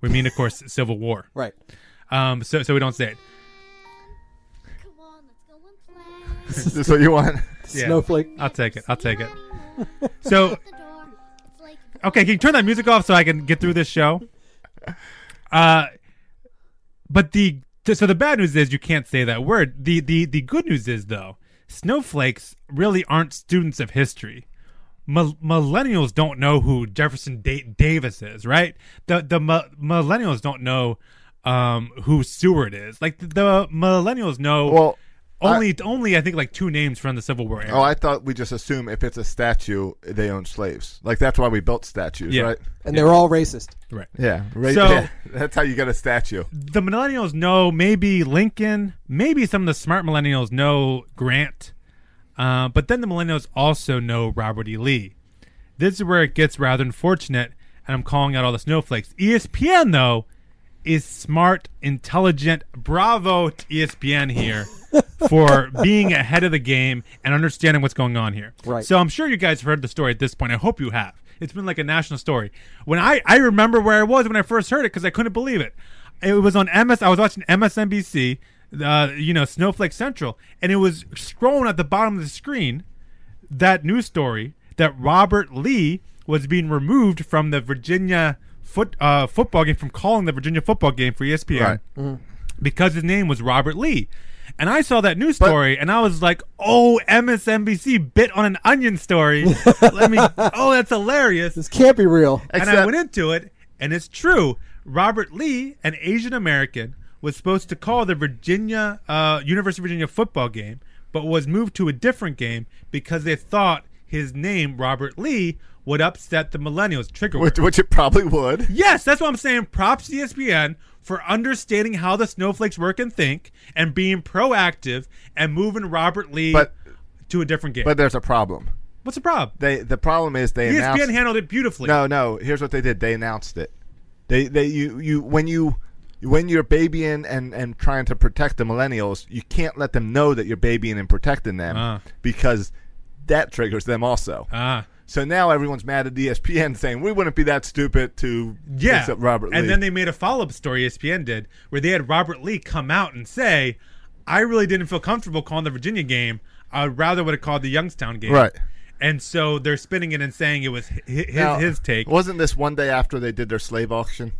We mean, of course, civil war. right. Um, so so we don't say it. Come on, let's go and play. Is this what you want? Yeah. Snowflake. I'll take it. I'll take it. The So, door. It's like okay, can you turn that music off so I can get through this show? Uh, but the so the bad news is you can't say that word. The the the good news is though, snowflakes really aren't students of history. Mil- millennials don't know who Jefferson da- Davis is, right? The the mi- millennials don't know um who Seward is. Like the, the millennials know Well, only only I think like two names from the Civil War era. Oh, I thought we just assume if it's a statue, they own slaves. Like that's why we built statues, Yeah. right? And they're all racist. right. Yeah. Right. So- yeah. That's how you get a statue. the millennials know maybe Lincoln, maybe some of the smart millennials know Grant, uh, but then the millennials also know Robert E. Lee. This is where it gets rather unfortunate, and I'm calling out all the snowflakes. E ESPN, though, is smart, intelligent. Bravo to E ESPN here for being ahead of the game and understanding what's going on here. Right. So I'm sure you guys have heard the story at this point. I hope you have. It's been like a national story. When I I remember where I was when I first heard it because I couldn't believe it. It was on MS. I was watching MSNBC, uh, you know, Snowflake Central, and it was scrolling at the bottom of the screen that news story that Robert Lee was being removed from the Virginia foot uh, football game from calling the Virginia football game for E ESPN Right. because his name was Robert Lee. And I saw that news story and I was like, "Oh, MSNBC bit on an onion story." Let me Oh, that's hilarious. This can't be real. and I Except- went into it, and it's true. Robert Lee, an Asian American, was supposed to call the Virginia uh, University of Virginia football game, but was moved to a different game because they thought his name Robert Lee would upset the millennials. Trigger Which, word. which it probably would. Yes, that's what I'm saying. Props to E ESPN for understanding how the snowflakes work and think, and being proactive and moving Robert Lee But- to a different game. But there's a problem. What's the problem? E They the problem is they announced ESPN handled it beautifully. No, no. Here's what they did. They announced it. They they you you when you when you're babying and and trying to protect the millennials, you can't let them know that you're babying and protecting them Ah. because that triggers them also. Ah. So now everyone's mad at E ESPN saying we wouldn't be that stupid to Yeah, mix up Robert And Lee." then they made a follow up story E ESPN did where they had Robert Lee come out and say, "I really didn't feel comfortable calling the Virginia game. I would rather would have called the Youngstown game." Right. And so they're spinning it and saying it was hi- hi- his, Now, his take. Wasn't this one day after they did their slave auction?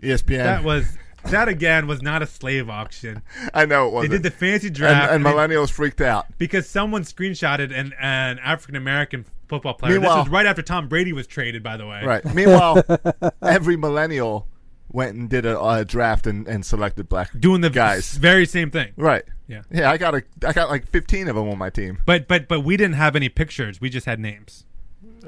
E ESPN. that was that again was not a slave auction. I know it They wasn't. did the fancy and, draft and and they- millennials freaked out. because someone screenshotted an, an African American football player. Meanwhile- this was right after Tom Brady was traded, by the way. Right. Meanwhile, every millennial went and did a, a draft and, and selected black Doing the guys. very same thing. Right. Yeah. Yeah. I got a. I got like fifteen of them on my team. But but but we didn't have any pictures. We just had names.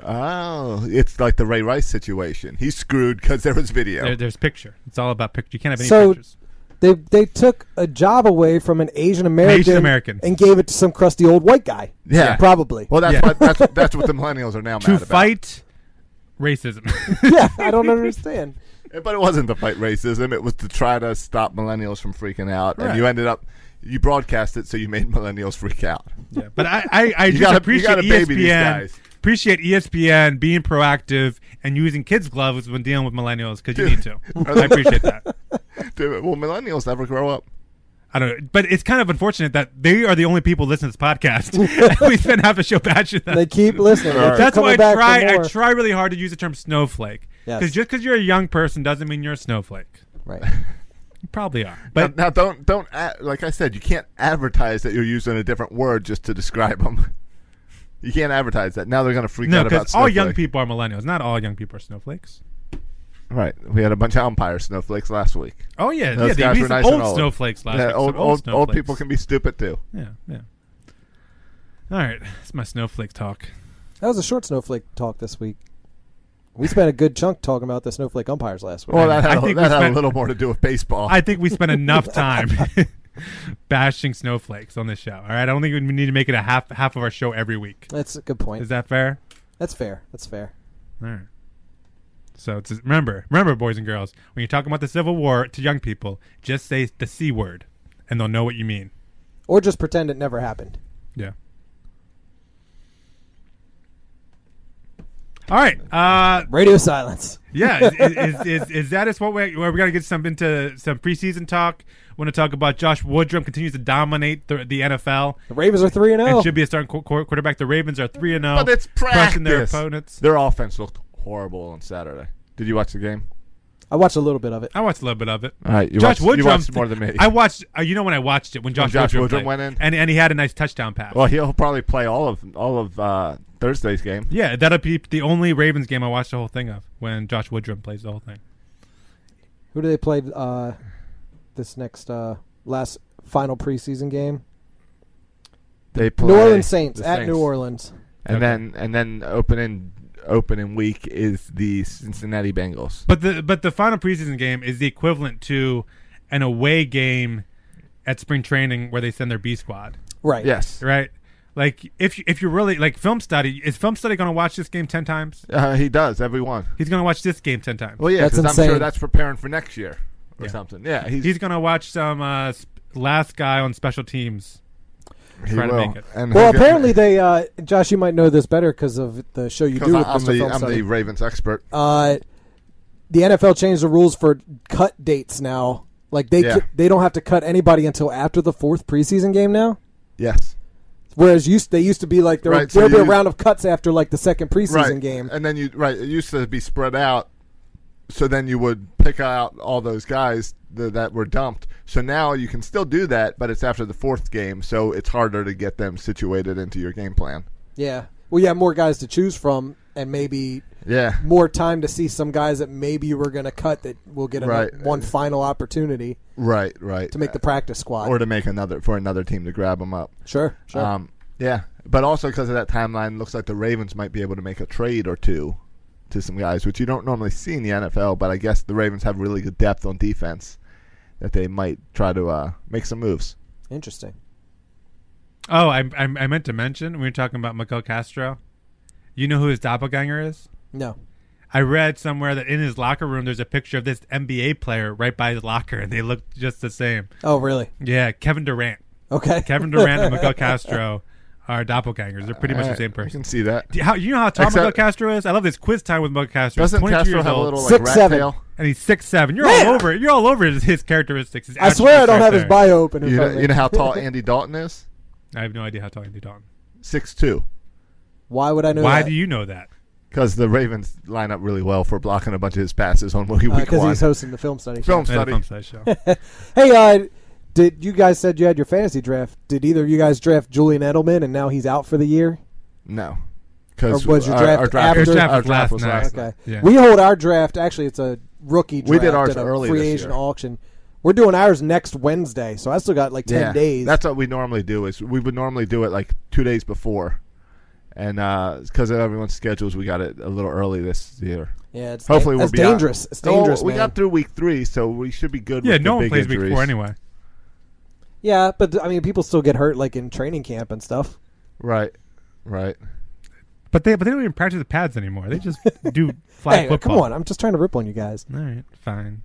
Oh, it's like the Ray Rice situation. He's screwed because there was video. There, there's picture. It's all about picture. You can't have any So- pictures. They they took a job away from an Asian American Asian American. and gave it to some crusty old white guy. Yeah. probably. well, that's Yeah. what that's that's what the millennials are now To mad about. fight racism. yeah, I don't understand. But it wasn't to fight racism. It was to try to stop millennials from freaking out. Right. And you ended up you broadcast it, so you made millennials freak out. Yeah, but I I, I just gotta- you appreciate E gotta baby ESPN. these guys. Appreciate E ESPN being proactive and using kids' gloves when dealing with millennials because you need to. I appreciate that. Dude, Will millennials never grow up? I don't know, but it's kind of unfortunate that they are the only people listening to this podcast. we spend half a show bashing them. They keep listening. They keep That's why I coming back for try. I more. try really hard to use the term snowflake Yes. because just because you're a young person doesn't mean you're a snowflake. Right. You probably are, but But now, don't don't a- like I said, you can't advertise that you're using a different word just to describe them. You can't advertise that. Now they're going to freak no, out about because all young snowflake. people are millennials. Not all young people are snowflakes. Right. We had a bunch of umpire snowflakes last week. Oh, yeah. Those Yeah, they- guys we were had nice some and old old snowflakes last Yeah, week, some Old, old old, old snowflakes. people can be stupid too. Yeah, yeah. All right, that's my snowflake talk. That was a short snowflake talk this week. We spent a good chunk talking about the snowflake umpires last week. Well, that I had, a- think we that had a spent- little more to do with baseball. I think we spent enough time bashing snowflakes on this show. All right, I don't think we need to make it a half half of our show every week. That's a good point. Is that fair? That's fair. That's fair. All right. So it's remember, remember, boys and girls, when you're talking about the Civil War to young people, just say the c word, and they'll know what you mean. Or just pretend it never happened. Yeah. All right. Uh, Radio silence. yeah. Is, is, is, is that is what we where we got to get some into some preseason talk? Want to talk about Josh Woodrum continues to dominate the, the NFL The Ravens are three and oh? and Oh. zero. should be a starting qu- qu- quarterback. The Ravens are three and zero, but it's practice. crushing their opponents. Their offense looked horrible on Saturday. Did you watch the game? I watched a little bit of it. I watched a little bit of it. All right, Uh, you Josh watched- you Woodrum- watched more than me. I watched. Uh, you know when I watched it when Josh, Josh Woodrum played. went in? and and he had a nice touchdown pass. Well, he'll probably play all of all of uh, Thursday's game. yeah, that'll be the only Ravens game I watched the whole thing of when Josh Woodrum plays the whole thing. Who do they play uh, this next uh, last final preseason game? They play New Orleans Saints the at New Orleans. and Okay. then and then opening opening week is the Cincinnati Bengals. But the but the final preseason game is the equivalent to an away game at spring training where they send their B squad, Right. Yes, right? Like if you, if you're really like film study, is film study going to watch this game ten times? uh, he does every one. He's going to watch this game ten times. Well, yeah, That's because I'm sure insane. that's preparing for next year or Yeah. something. Yeah, he's, He's going to watch some uh, sp- last guy on special teams. he trying to will. make it. And Well, he'll get- apparently they, uh, Josh, you might know this better because of the show you 'cause do with I'm Mr. the Film I'm Study. the Um, Ravens expert. uh, the NFL changed the rules for cut dates now. Like they Yeah. ca- they don't have to cut anybody until after the fourth preseason game now. Yes, Whereas used they used to be like there Right, so there'll be you- a round of cuts after like the second preseason right. Uh, game. and then you right. It used to be spread out, so then you would pick out all those guys th- that were dumped. So now you can still do that, but it's after the fourth game, so it's harder to get them situated into your game plan. Yeah. Well, you have more guys to choose from, and maybe Yeah, more time to see some guys that maybe you were going to cut that will get another- Right. one final opportunity right, right. to make the practice squad. or to make another for another team to grab them up. sure, sure. Um, yeah, but also because of that timeline, looks like the Ravens might be able to make a trade or two to some guys, which you don't normally see in the NFL. But I guess the Ravens have really good depth on defense that they might try to uh, make some moves. Interesting. Oh, I, I I meant to mention when we were talking about Mikel Castro. You know who his doppelganger is? No. I read somewhere that in his locker room there's a picture of this NBA player right by his locker, and they look just the same. Oh, really? Yeah, Kevin Durant. Okay. Kevin Durant and Miguel Castro are doppelgangers. They're pretty much the same I can person. see that. Do you- How, you know how tall Except- Miguel Castro is? I love this quiz time with Miguel Castro. He's Doesn't 22 Castro years have a old, little like Six, rat seven. tail? and he's six seven. You're Man! all over. You're all over his, his characteristics. his I swear I attributes don't right have his there. bio open in You know, front of me. you know how tall Andy Dalton is? I have no idea how tall Andy Dalton. Six two. Why would I know Why that? do you know that? Because the Ravens line up really well for blocking a bunch of his passes on Week Because One. Uh, he's hosting the film study. Film Yeah, the study. Thumb Size Show. Hey, uh, did you guys said you had your fantasy draft? Did either of you guys draft Julian Edelman and now he's out for the year? No. Because Or was your draft after? Your draft was last night. Okay, Yeah. we hold our draft. Actually, it's a rookie. draft We did ours at a early free this agent year. auction. We're doing ours next Wednesday, so I still got like ten days. That's what we normally do. Is we would normally do it like two days before, and because of everyone's schedules, we got it a little early this year. yeah. It's Hopefully, da- we'll that's be out. dangerous. It's No, dangerous. we man. got through week three, so we should be good. yeah, with no the one big plays week injuries. four anyway. Yeah, but I mean, people still get hurt like in training camp and stuff. Right, right. But they but they don't even practice the pads anymore. They just do flag Hey, come football. on! I'm just trying to rip on you guys. Mm-hmm. All right, fine.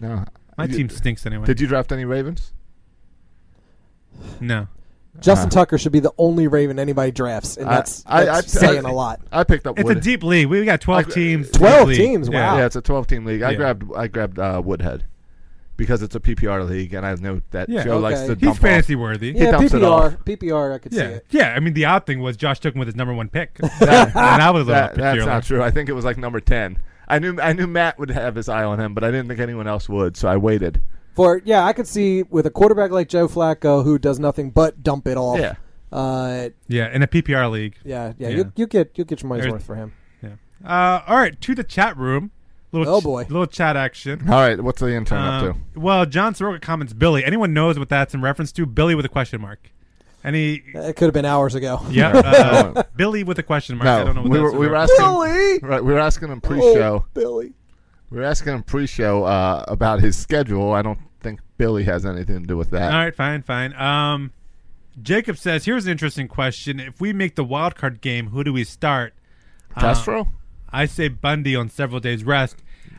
No, My You- team stinks anyway. Did you draft any Ravens? No. Justin Tucker should be the only Raven anybody drafts, and I- that's, I- that's I- saying I- a lot. I picked up. It's Wood- a deep league. We got 12 I- teams. 12 deep league. teams, wow. Yeah, it's a twelve team league. I Yeah. grabbed. I grabbed uh, Woodhead. because it's a PPR league, and I know that Yeah. Joe likes Okay. to He's dump off. fantasy worthy. He Yeah, dumps it off. PPR, PPR, I could see Yeah, it. yeah. I mean, the odd thing was Josh took him with his number one pick, and I was a little That- that's peculiar. not true. I think it was like number ten. I knew I knew Matt would have his eye on him, but I didn't think anyone else would, so I waited. For yeah, I could see with a quarterback like Joe Flacco who does nothing but dump it off. Yeah. Uh, Yeah, in a PPR league. yeah, yeah, You, you get you get your money's There's- worth for him. Yeah. Uh, all right, to the chat room. Little Oh, ch- boy. little chat action. All right, what's the intern Uh, up to? well, John Soroka comments Billy. Anyone knows what that's in reference to? Billy with a question mark. Any? It could have been hours ago. Yeah. uh, Billy with a question mark. I don't know. What we that's were, in we were reference to. asking Billy! Right, we were asking him pre-show. Oh, Billy. We were asking him pre-show uh, about his schedule. I don't think Billy has anything to do with that. All right, fine, fine. Um, Jacob says, "Here's an interesting question: If we make the wild card game, who do we start?" Uh, Castro? I say Bundy on several days rest.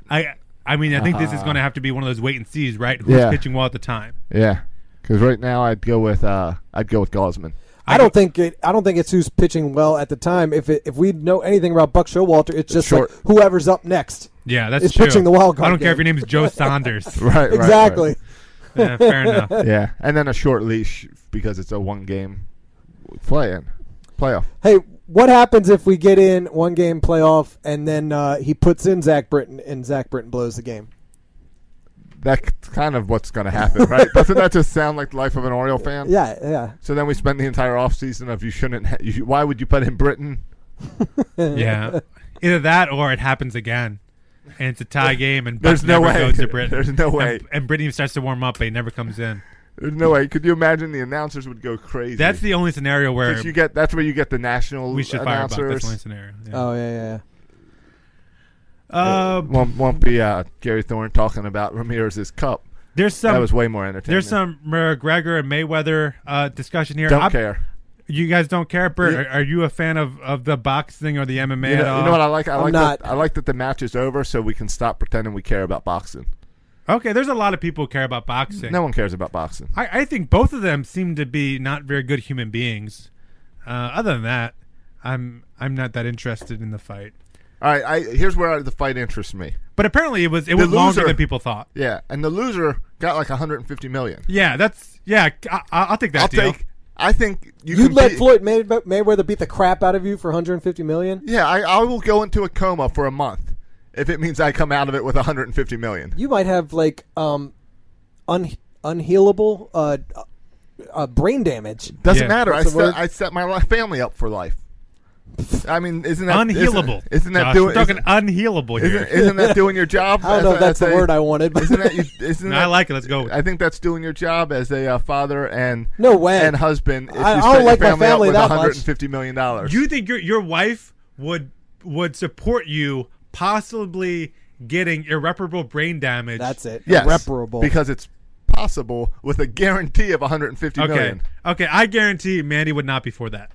I, I mean, I think this is Ah. going to have to be one of those wait and sees, right? Who's Yeah. pitching well at the time? Yeah, because right now I'd go with uh, I'd go with Gosman. I don't think it. I don't think it's who's pitching well at the time. If it, if we know anything about Buck Showalter, it's just Short. like whoever's up next. Yeah, that's is true. pitching the wild card. I don't care if game. your name is Joe Saunders. Right, right, right. exactly. Yeah, fair enough. Yeah, and then a short leash because it's a one game play in playoff. Hey, what happens if we get in one game playoff and then uh, he puts in Zach Britton and Zach Britton blows the game? That's kind of what's going to happen, right? Doesn't that just sound like the life of an Oriole fan? Yeah, yeah. So then we spend the entire offseason of you shouldn't. Ha- you, why would you put in Britain? Yeah, either that or it happens again, and it's a tie game, and Buck There's no never way. goes to Britain. There's no And- way. And, Brittany starts to warm up, but he never comes in. There's no way. Could you imagine the announcers would go crazy? That's the only scenario where 'Cause you get. That's where you get the national we should fire Buck. That's announcers. the only scenario. Yeah. Oh yeah, yeah. Uh, won't won't be uh, Gary Thorne talking about Ramirez's cup. there's some. that was way more entertaining. there's some McGregor and Mayweather uh, discussion here. Don't I'm- care. You guys don't care, Bert. Yeah. Are, are you a fan of, of the boxing or the MMA You at know, all? you know what I like? I I'm like not. that. I like that the match is over, so we can stop pretending we care about boxing. okay, there's a lot of people who care about boxing. No one cares about boxing. I, I think both of them seem to be not very good human beings. Uh, other than that, I'm I'm not that interested in the fight. All right, I, here's where the fight interests me. But apparently, it was it The was longer loser- than people thought. Yeah, and the loser got like 150 million. Yeah, that's yeah. I, I- I'll take that I'll deal. take. I think you You'd can let beat- Floyd May- Mayweather beat the crap out of you for 150 million? Yeah, I, I will go into a coma for a month if it means I come out of it with 150 million. You might have like um, un- unhealable uh, uh, brain damage. Doesn't Yeah. matter. I What's the set, word? I set my li- family up for life. I mean, isn't that unhealable. Isn't, isn't that Josh, doing? we're talking isn't- unhealable here? Isn't, isn't that doing your job? I don't know if that's the word I wanted, but- isn't that, you- isn't No, that- I like it. Let's go. with it. I think that's doing your job as a uh, father and No way. and husband. If I- you I set don't like my your family, family up with that much. 150 million dollars. Do you think your your wife would would support you possibly getting irreparable brain damage? That's it. yes, Irreparable. because it's possible with a guarantee of 150 Okay. million. Okay. I guarantee Mandy would not be for that.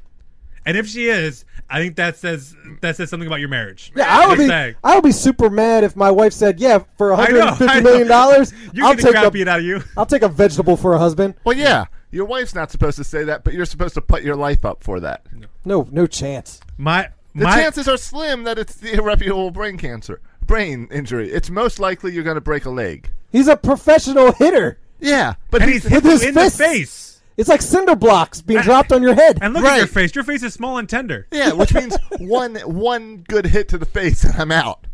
And if she is, I think that says that says something about your marriage. Yeah, I would Just be. saying. I would be super mad if my wife said, "Yeah, for 150 million dollars, You're I'll gonna take crap a, beat out of you. I'll take a vegetable for a husband." Well, yeah, your wife's not supposed to say that, but you're supposed to put your life up for that. No, no chance. My The my chances are slim that it's the irreparable brain cancer, brain injury. It's most likely you're going to break a leg. He's a professional hitter. Yeah, but and he's he's hit his you in fists. the face. It's like cinder blocks being dropped on your head. And look at Right. your face. Your face is small and tender. yeah, which means one one good hit to the face and I'm out.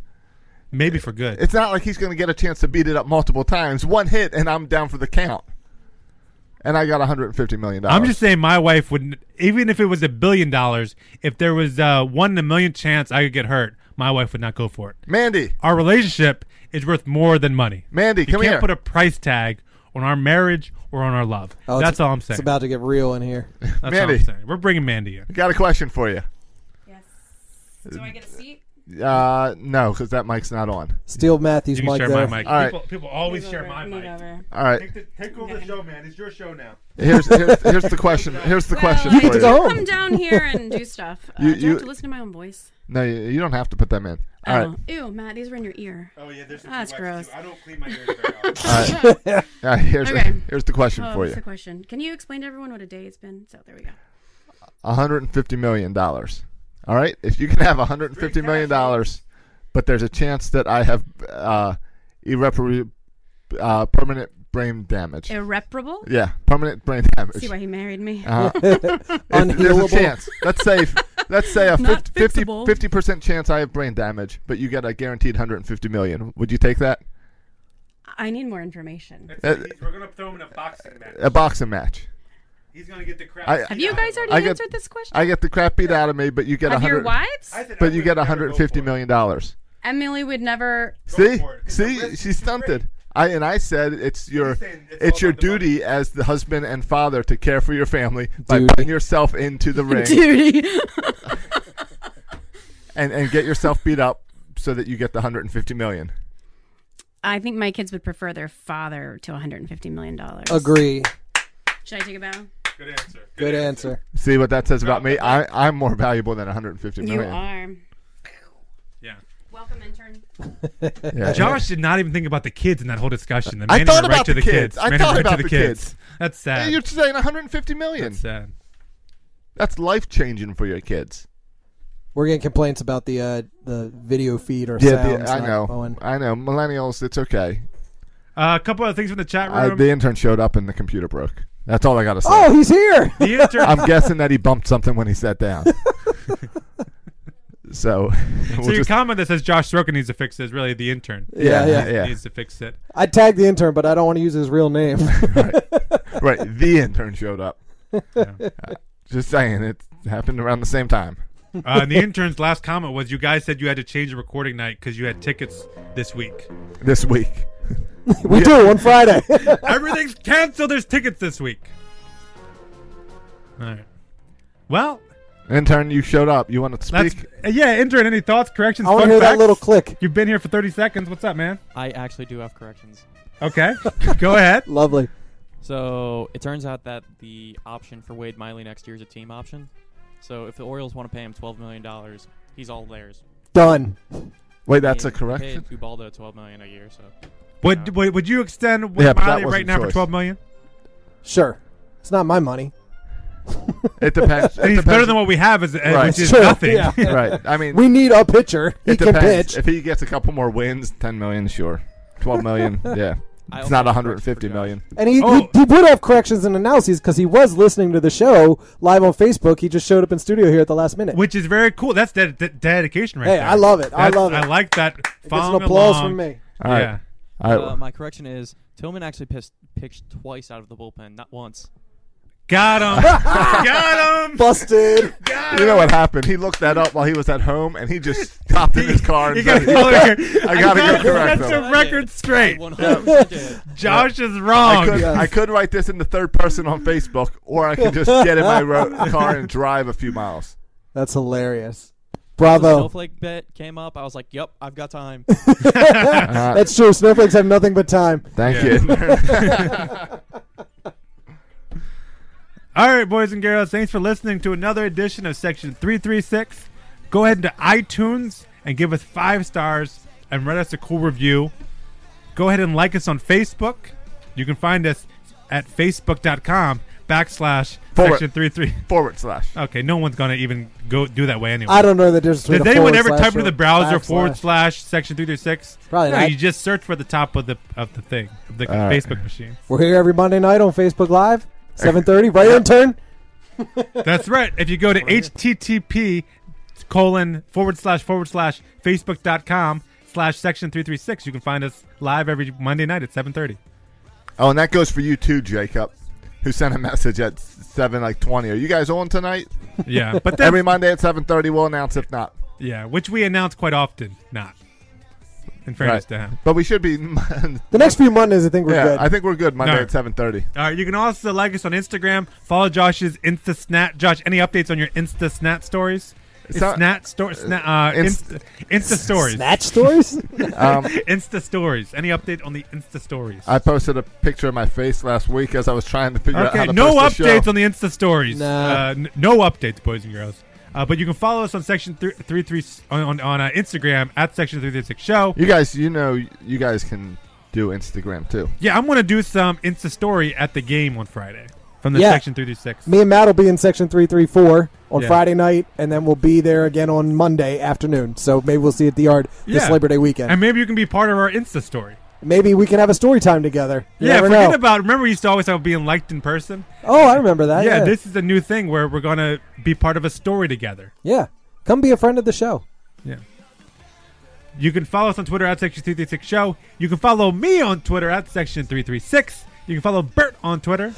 Maybe for good. It's not like he's going to get a chance to beat it up multiple times. One hit and I'm down for the count. And I got 150 million dollars. I'm just saying, my wife wouldn't. Even if it was a billion dollars, if there was uh, one in a million chance I could get hurt, my wife would not go for it. Mandy, Our relationship is worth more than money. Mandy, you come can't here. put a price tag on our marriage or on our love. Oh, it's- That's all I'm saying. It's about to get real in here. That's all Mandy. I'm saying. We're bringing Mandy in. got a question for you. Yes. Do I get a seat? Uh, no, because that mic's not on. Steal Matthews' You can mic share there. my mic. All right. people, people always share my Move mic. over. All right, Take, the, take over the show, man. It's your show now. here's here's, here's the question. Here's the question I for can you. go home. Come down here and do stuff. Uh, You- do I you- have to listen to my own voice? No, you, you don't have to put them in. All right, Oh. Ew, Matt, these were in your ear. Oh yeah, there's some That's few gross. waxes, too. I don't clean my ears very often. All right, here's Okay. here's the question Oh, for what's you. the question? Can you explain to everyone what a day it's been? So there we go. 150 million dollars. All right, if you can have 150 million dollars, but there's a chance that I have uh, irreparable uh, permanent brain damage. Irreparable? Yeah, permanent brain damage. See why he married me. Uh-huh. If there's a chance. Let's say, let's say a Not 50, fixable. 50 percent chance I have brain damage, but you get a guaranteed 150 million. Would you take that? I need more information. Uh, We're gonna throw him in a boxing match. a boxing match. He's gonna get the crap. I- Have you guys already I get- answered this question? I get the crap beat out of me, but you get a Of your hundred. wives? But you get 150 million dollars. Emily would never. See, see, she's stunted. I and I said it's your it's, your duty as the husband and father to care for your family by putting yourself into the ring Duty. and and get yourself beat up so that you get the 150 million. I think my kids would prefer their father to 150 million dollars. Agree. Should I take a bow? Oh, Good answer. Good answer. See what that says about me? I I'm more valuable than 150 You million. are. Yeah. Welcome, intern. Yeah. Josh did not even think about the kids in that whole discussion. The I man thought went right about to the the kids. kids. I Man thought went right about the to the kids. kids. That's sad. You're saying 150 million. That's sad. That's life changing for your kids. We're getting complaints about the uh, the video feed or Yeah, sounds. uh, the- I not know. going. I know. Millennials, it's okay. Uh, a couple other things from the chat I, room. the intern showed up and the computer broke. That's all I got to say. Oh, he's here. the intern. I'm guessing that he bumped something when he sat down. so, So we'll your just- comment that says Josh Sorokin needs to fix it is really the intern. Yeah, Yeah, yeah. He yeah. needs to fix it. I tagged the intern, but I don't want to use his real name. right, the intern showed up. Uh, just saying, it happened around the same time. Uh, and the intern's last comment was, "You guys said you had to change the recording night because you had tickets this week. This week. we do on Friday. Everything's canceled. There's tickets this week." All right. Well, Intern, you showed up. You want to that's speak? uh, yeah. Intern, any thoughts, corrections? I want to fun hear that facts? little click. You've been here for 30 seconds. What's up, man? I actually do have corrections. Okay, go ahead. Lovely. So it turns out that the option for Wade Miley next year is a team option. So if the Orioles want to pay him twelve million dollars, he's all theirs. Done. Wait, that's a They correction? Paid Ubaldo twelve million a year. So Would would, would you extend Wade Yeah, but that Miley wasn't right now choice. for 12 million? Sure. It's not my money. It depends. It And he's depends. better than what we have, is, uh, Right. which is Sure, nothing. yeah. right. I mean, We need a pitcher. He it can depends. pitch. If he gets a couple more wins, 10 million, sure. 12 million, yeah. I It's also not have a correction 150 for Josh. million. And he, Oh. he, he would have corrections and analyses because he was listening to the show live on Facebook. He just showed up in studio here at the last minute. Which is very cool. That's ded- de- dedication right Hey, there. I love it. I love it. I like that. It gets an Following applause along. from me. All right. Yeah. All right. uh, my correction is Tillman actually pissed, pitched twice out of the bullpen, not once. Got him. Got him. Busted. You know what happened? He looked that up while he was at home, and he just stopped in his car and You gotta said, go "I there. gotta I go gotta correct set him." the record straight. One hundred did. Josh is I wrong. could, I could write this in the third person on Facebook, or I could just get in my ro- car and drive a few miles. That's hilarious. The Bravo. snowflake bit came up. I was like, "Yep, I've got time." That's true. Snowflakes have nothing but time. Thank All right, boys and girls, thanks for listening to another edition of Section 336. Go ahead to iTunes and give us five stars and write us a cool review. Go ahead and like us on Facebook. You can find us at facebook.com backslash Forward. section 33. you. Forward slash. Okay, no one's going to even go do that way anyway. I don't know the difference between Did a anyone forward ever slash type into or the browser backslash. forward slash section 336? Probably no, not. you just search for the top of the of the thing, of the All right. Facebook machine. We're here every Monday night on Facebook Live, 7.30. Right, intern? That's right. If you go to http colon forward slash forward slash facebook.com slash section 336, you can find us live every Monday night at 7.30. Oh, and that goes for you too, Jacob, who sent a message at seven like twenty. Are you guys on tonight? Yeah. But Every then, Monday at seven thirty, we'll announce if not. yeah, which we announce quite often, not. In fairness to him. But we should be. The next few Mondays, I think we're yeah, good. I think we're good Monday No. at seven thirty. All right, you can also like us on Instagram. Follow Josh's Insta Snap. Josh, any updates on your Insta Snap stories? It's So- Snap sto- sna- uh, Inst- Insta, Insta stories. Snatch stories? Um, Insta stories. Any update on the Insta stories? I posted a picture of my face last week as I was trying to figure out how Okay, to no post the updates show. on the Insta stories. No. Uh, n- no updates, boys and girls. Uh, but you can follow us on section three three three on on, on uh, Instagram at section three three six show. You guys, you know, you guys can do Instagram too. Yeah, I'm gonna do some Insta story at the game on Friday from the Yeah. section three three six. Me and Matt will be in section 334 on Yeah. Friday night, and then we'll be there again on Monday afternoon. So maybe we'll see you at the yard this Yeah. Labor Day weekend. And maybe you can be part of our Insta story. Maybe we can have a story time together. You Yeah, never forget know. about. Remember, we used to always have being liked in person. Oh, I remember that. yeah, Yeah, this is a new thing where we're gonna be part of a story together. Yeah. Come be a friend of the show. You can follow us on Twitter at Section Three Three Six Show. You can follow me on Twitter at Section Three Three Six. You can follow Bert on Twitter,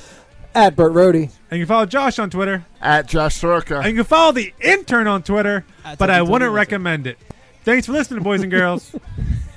At Bert Rohde. and you can follow Josh on Twitter at Josh Soroka. And you can follow the intern on Twitter, At but I Tony wouldn't Tony recommend it. Thanks for listening, boys and girls.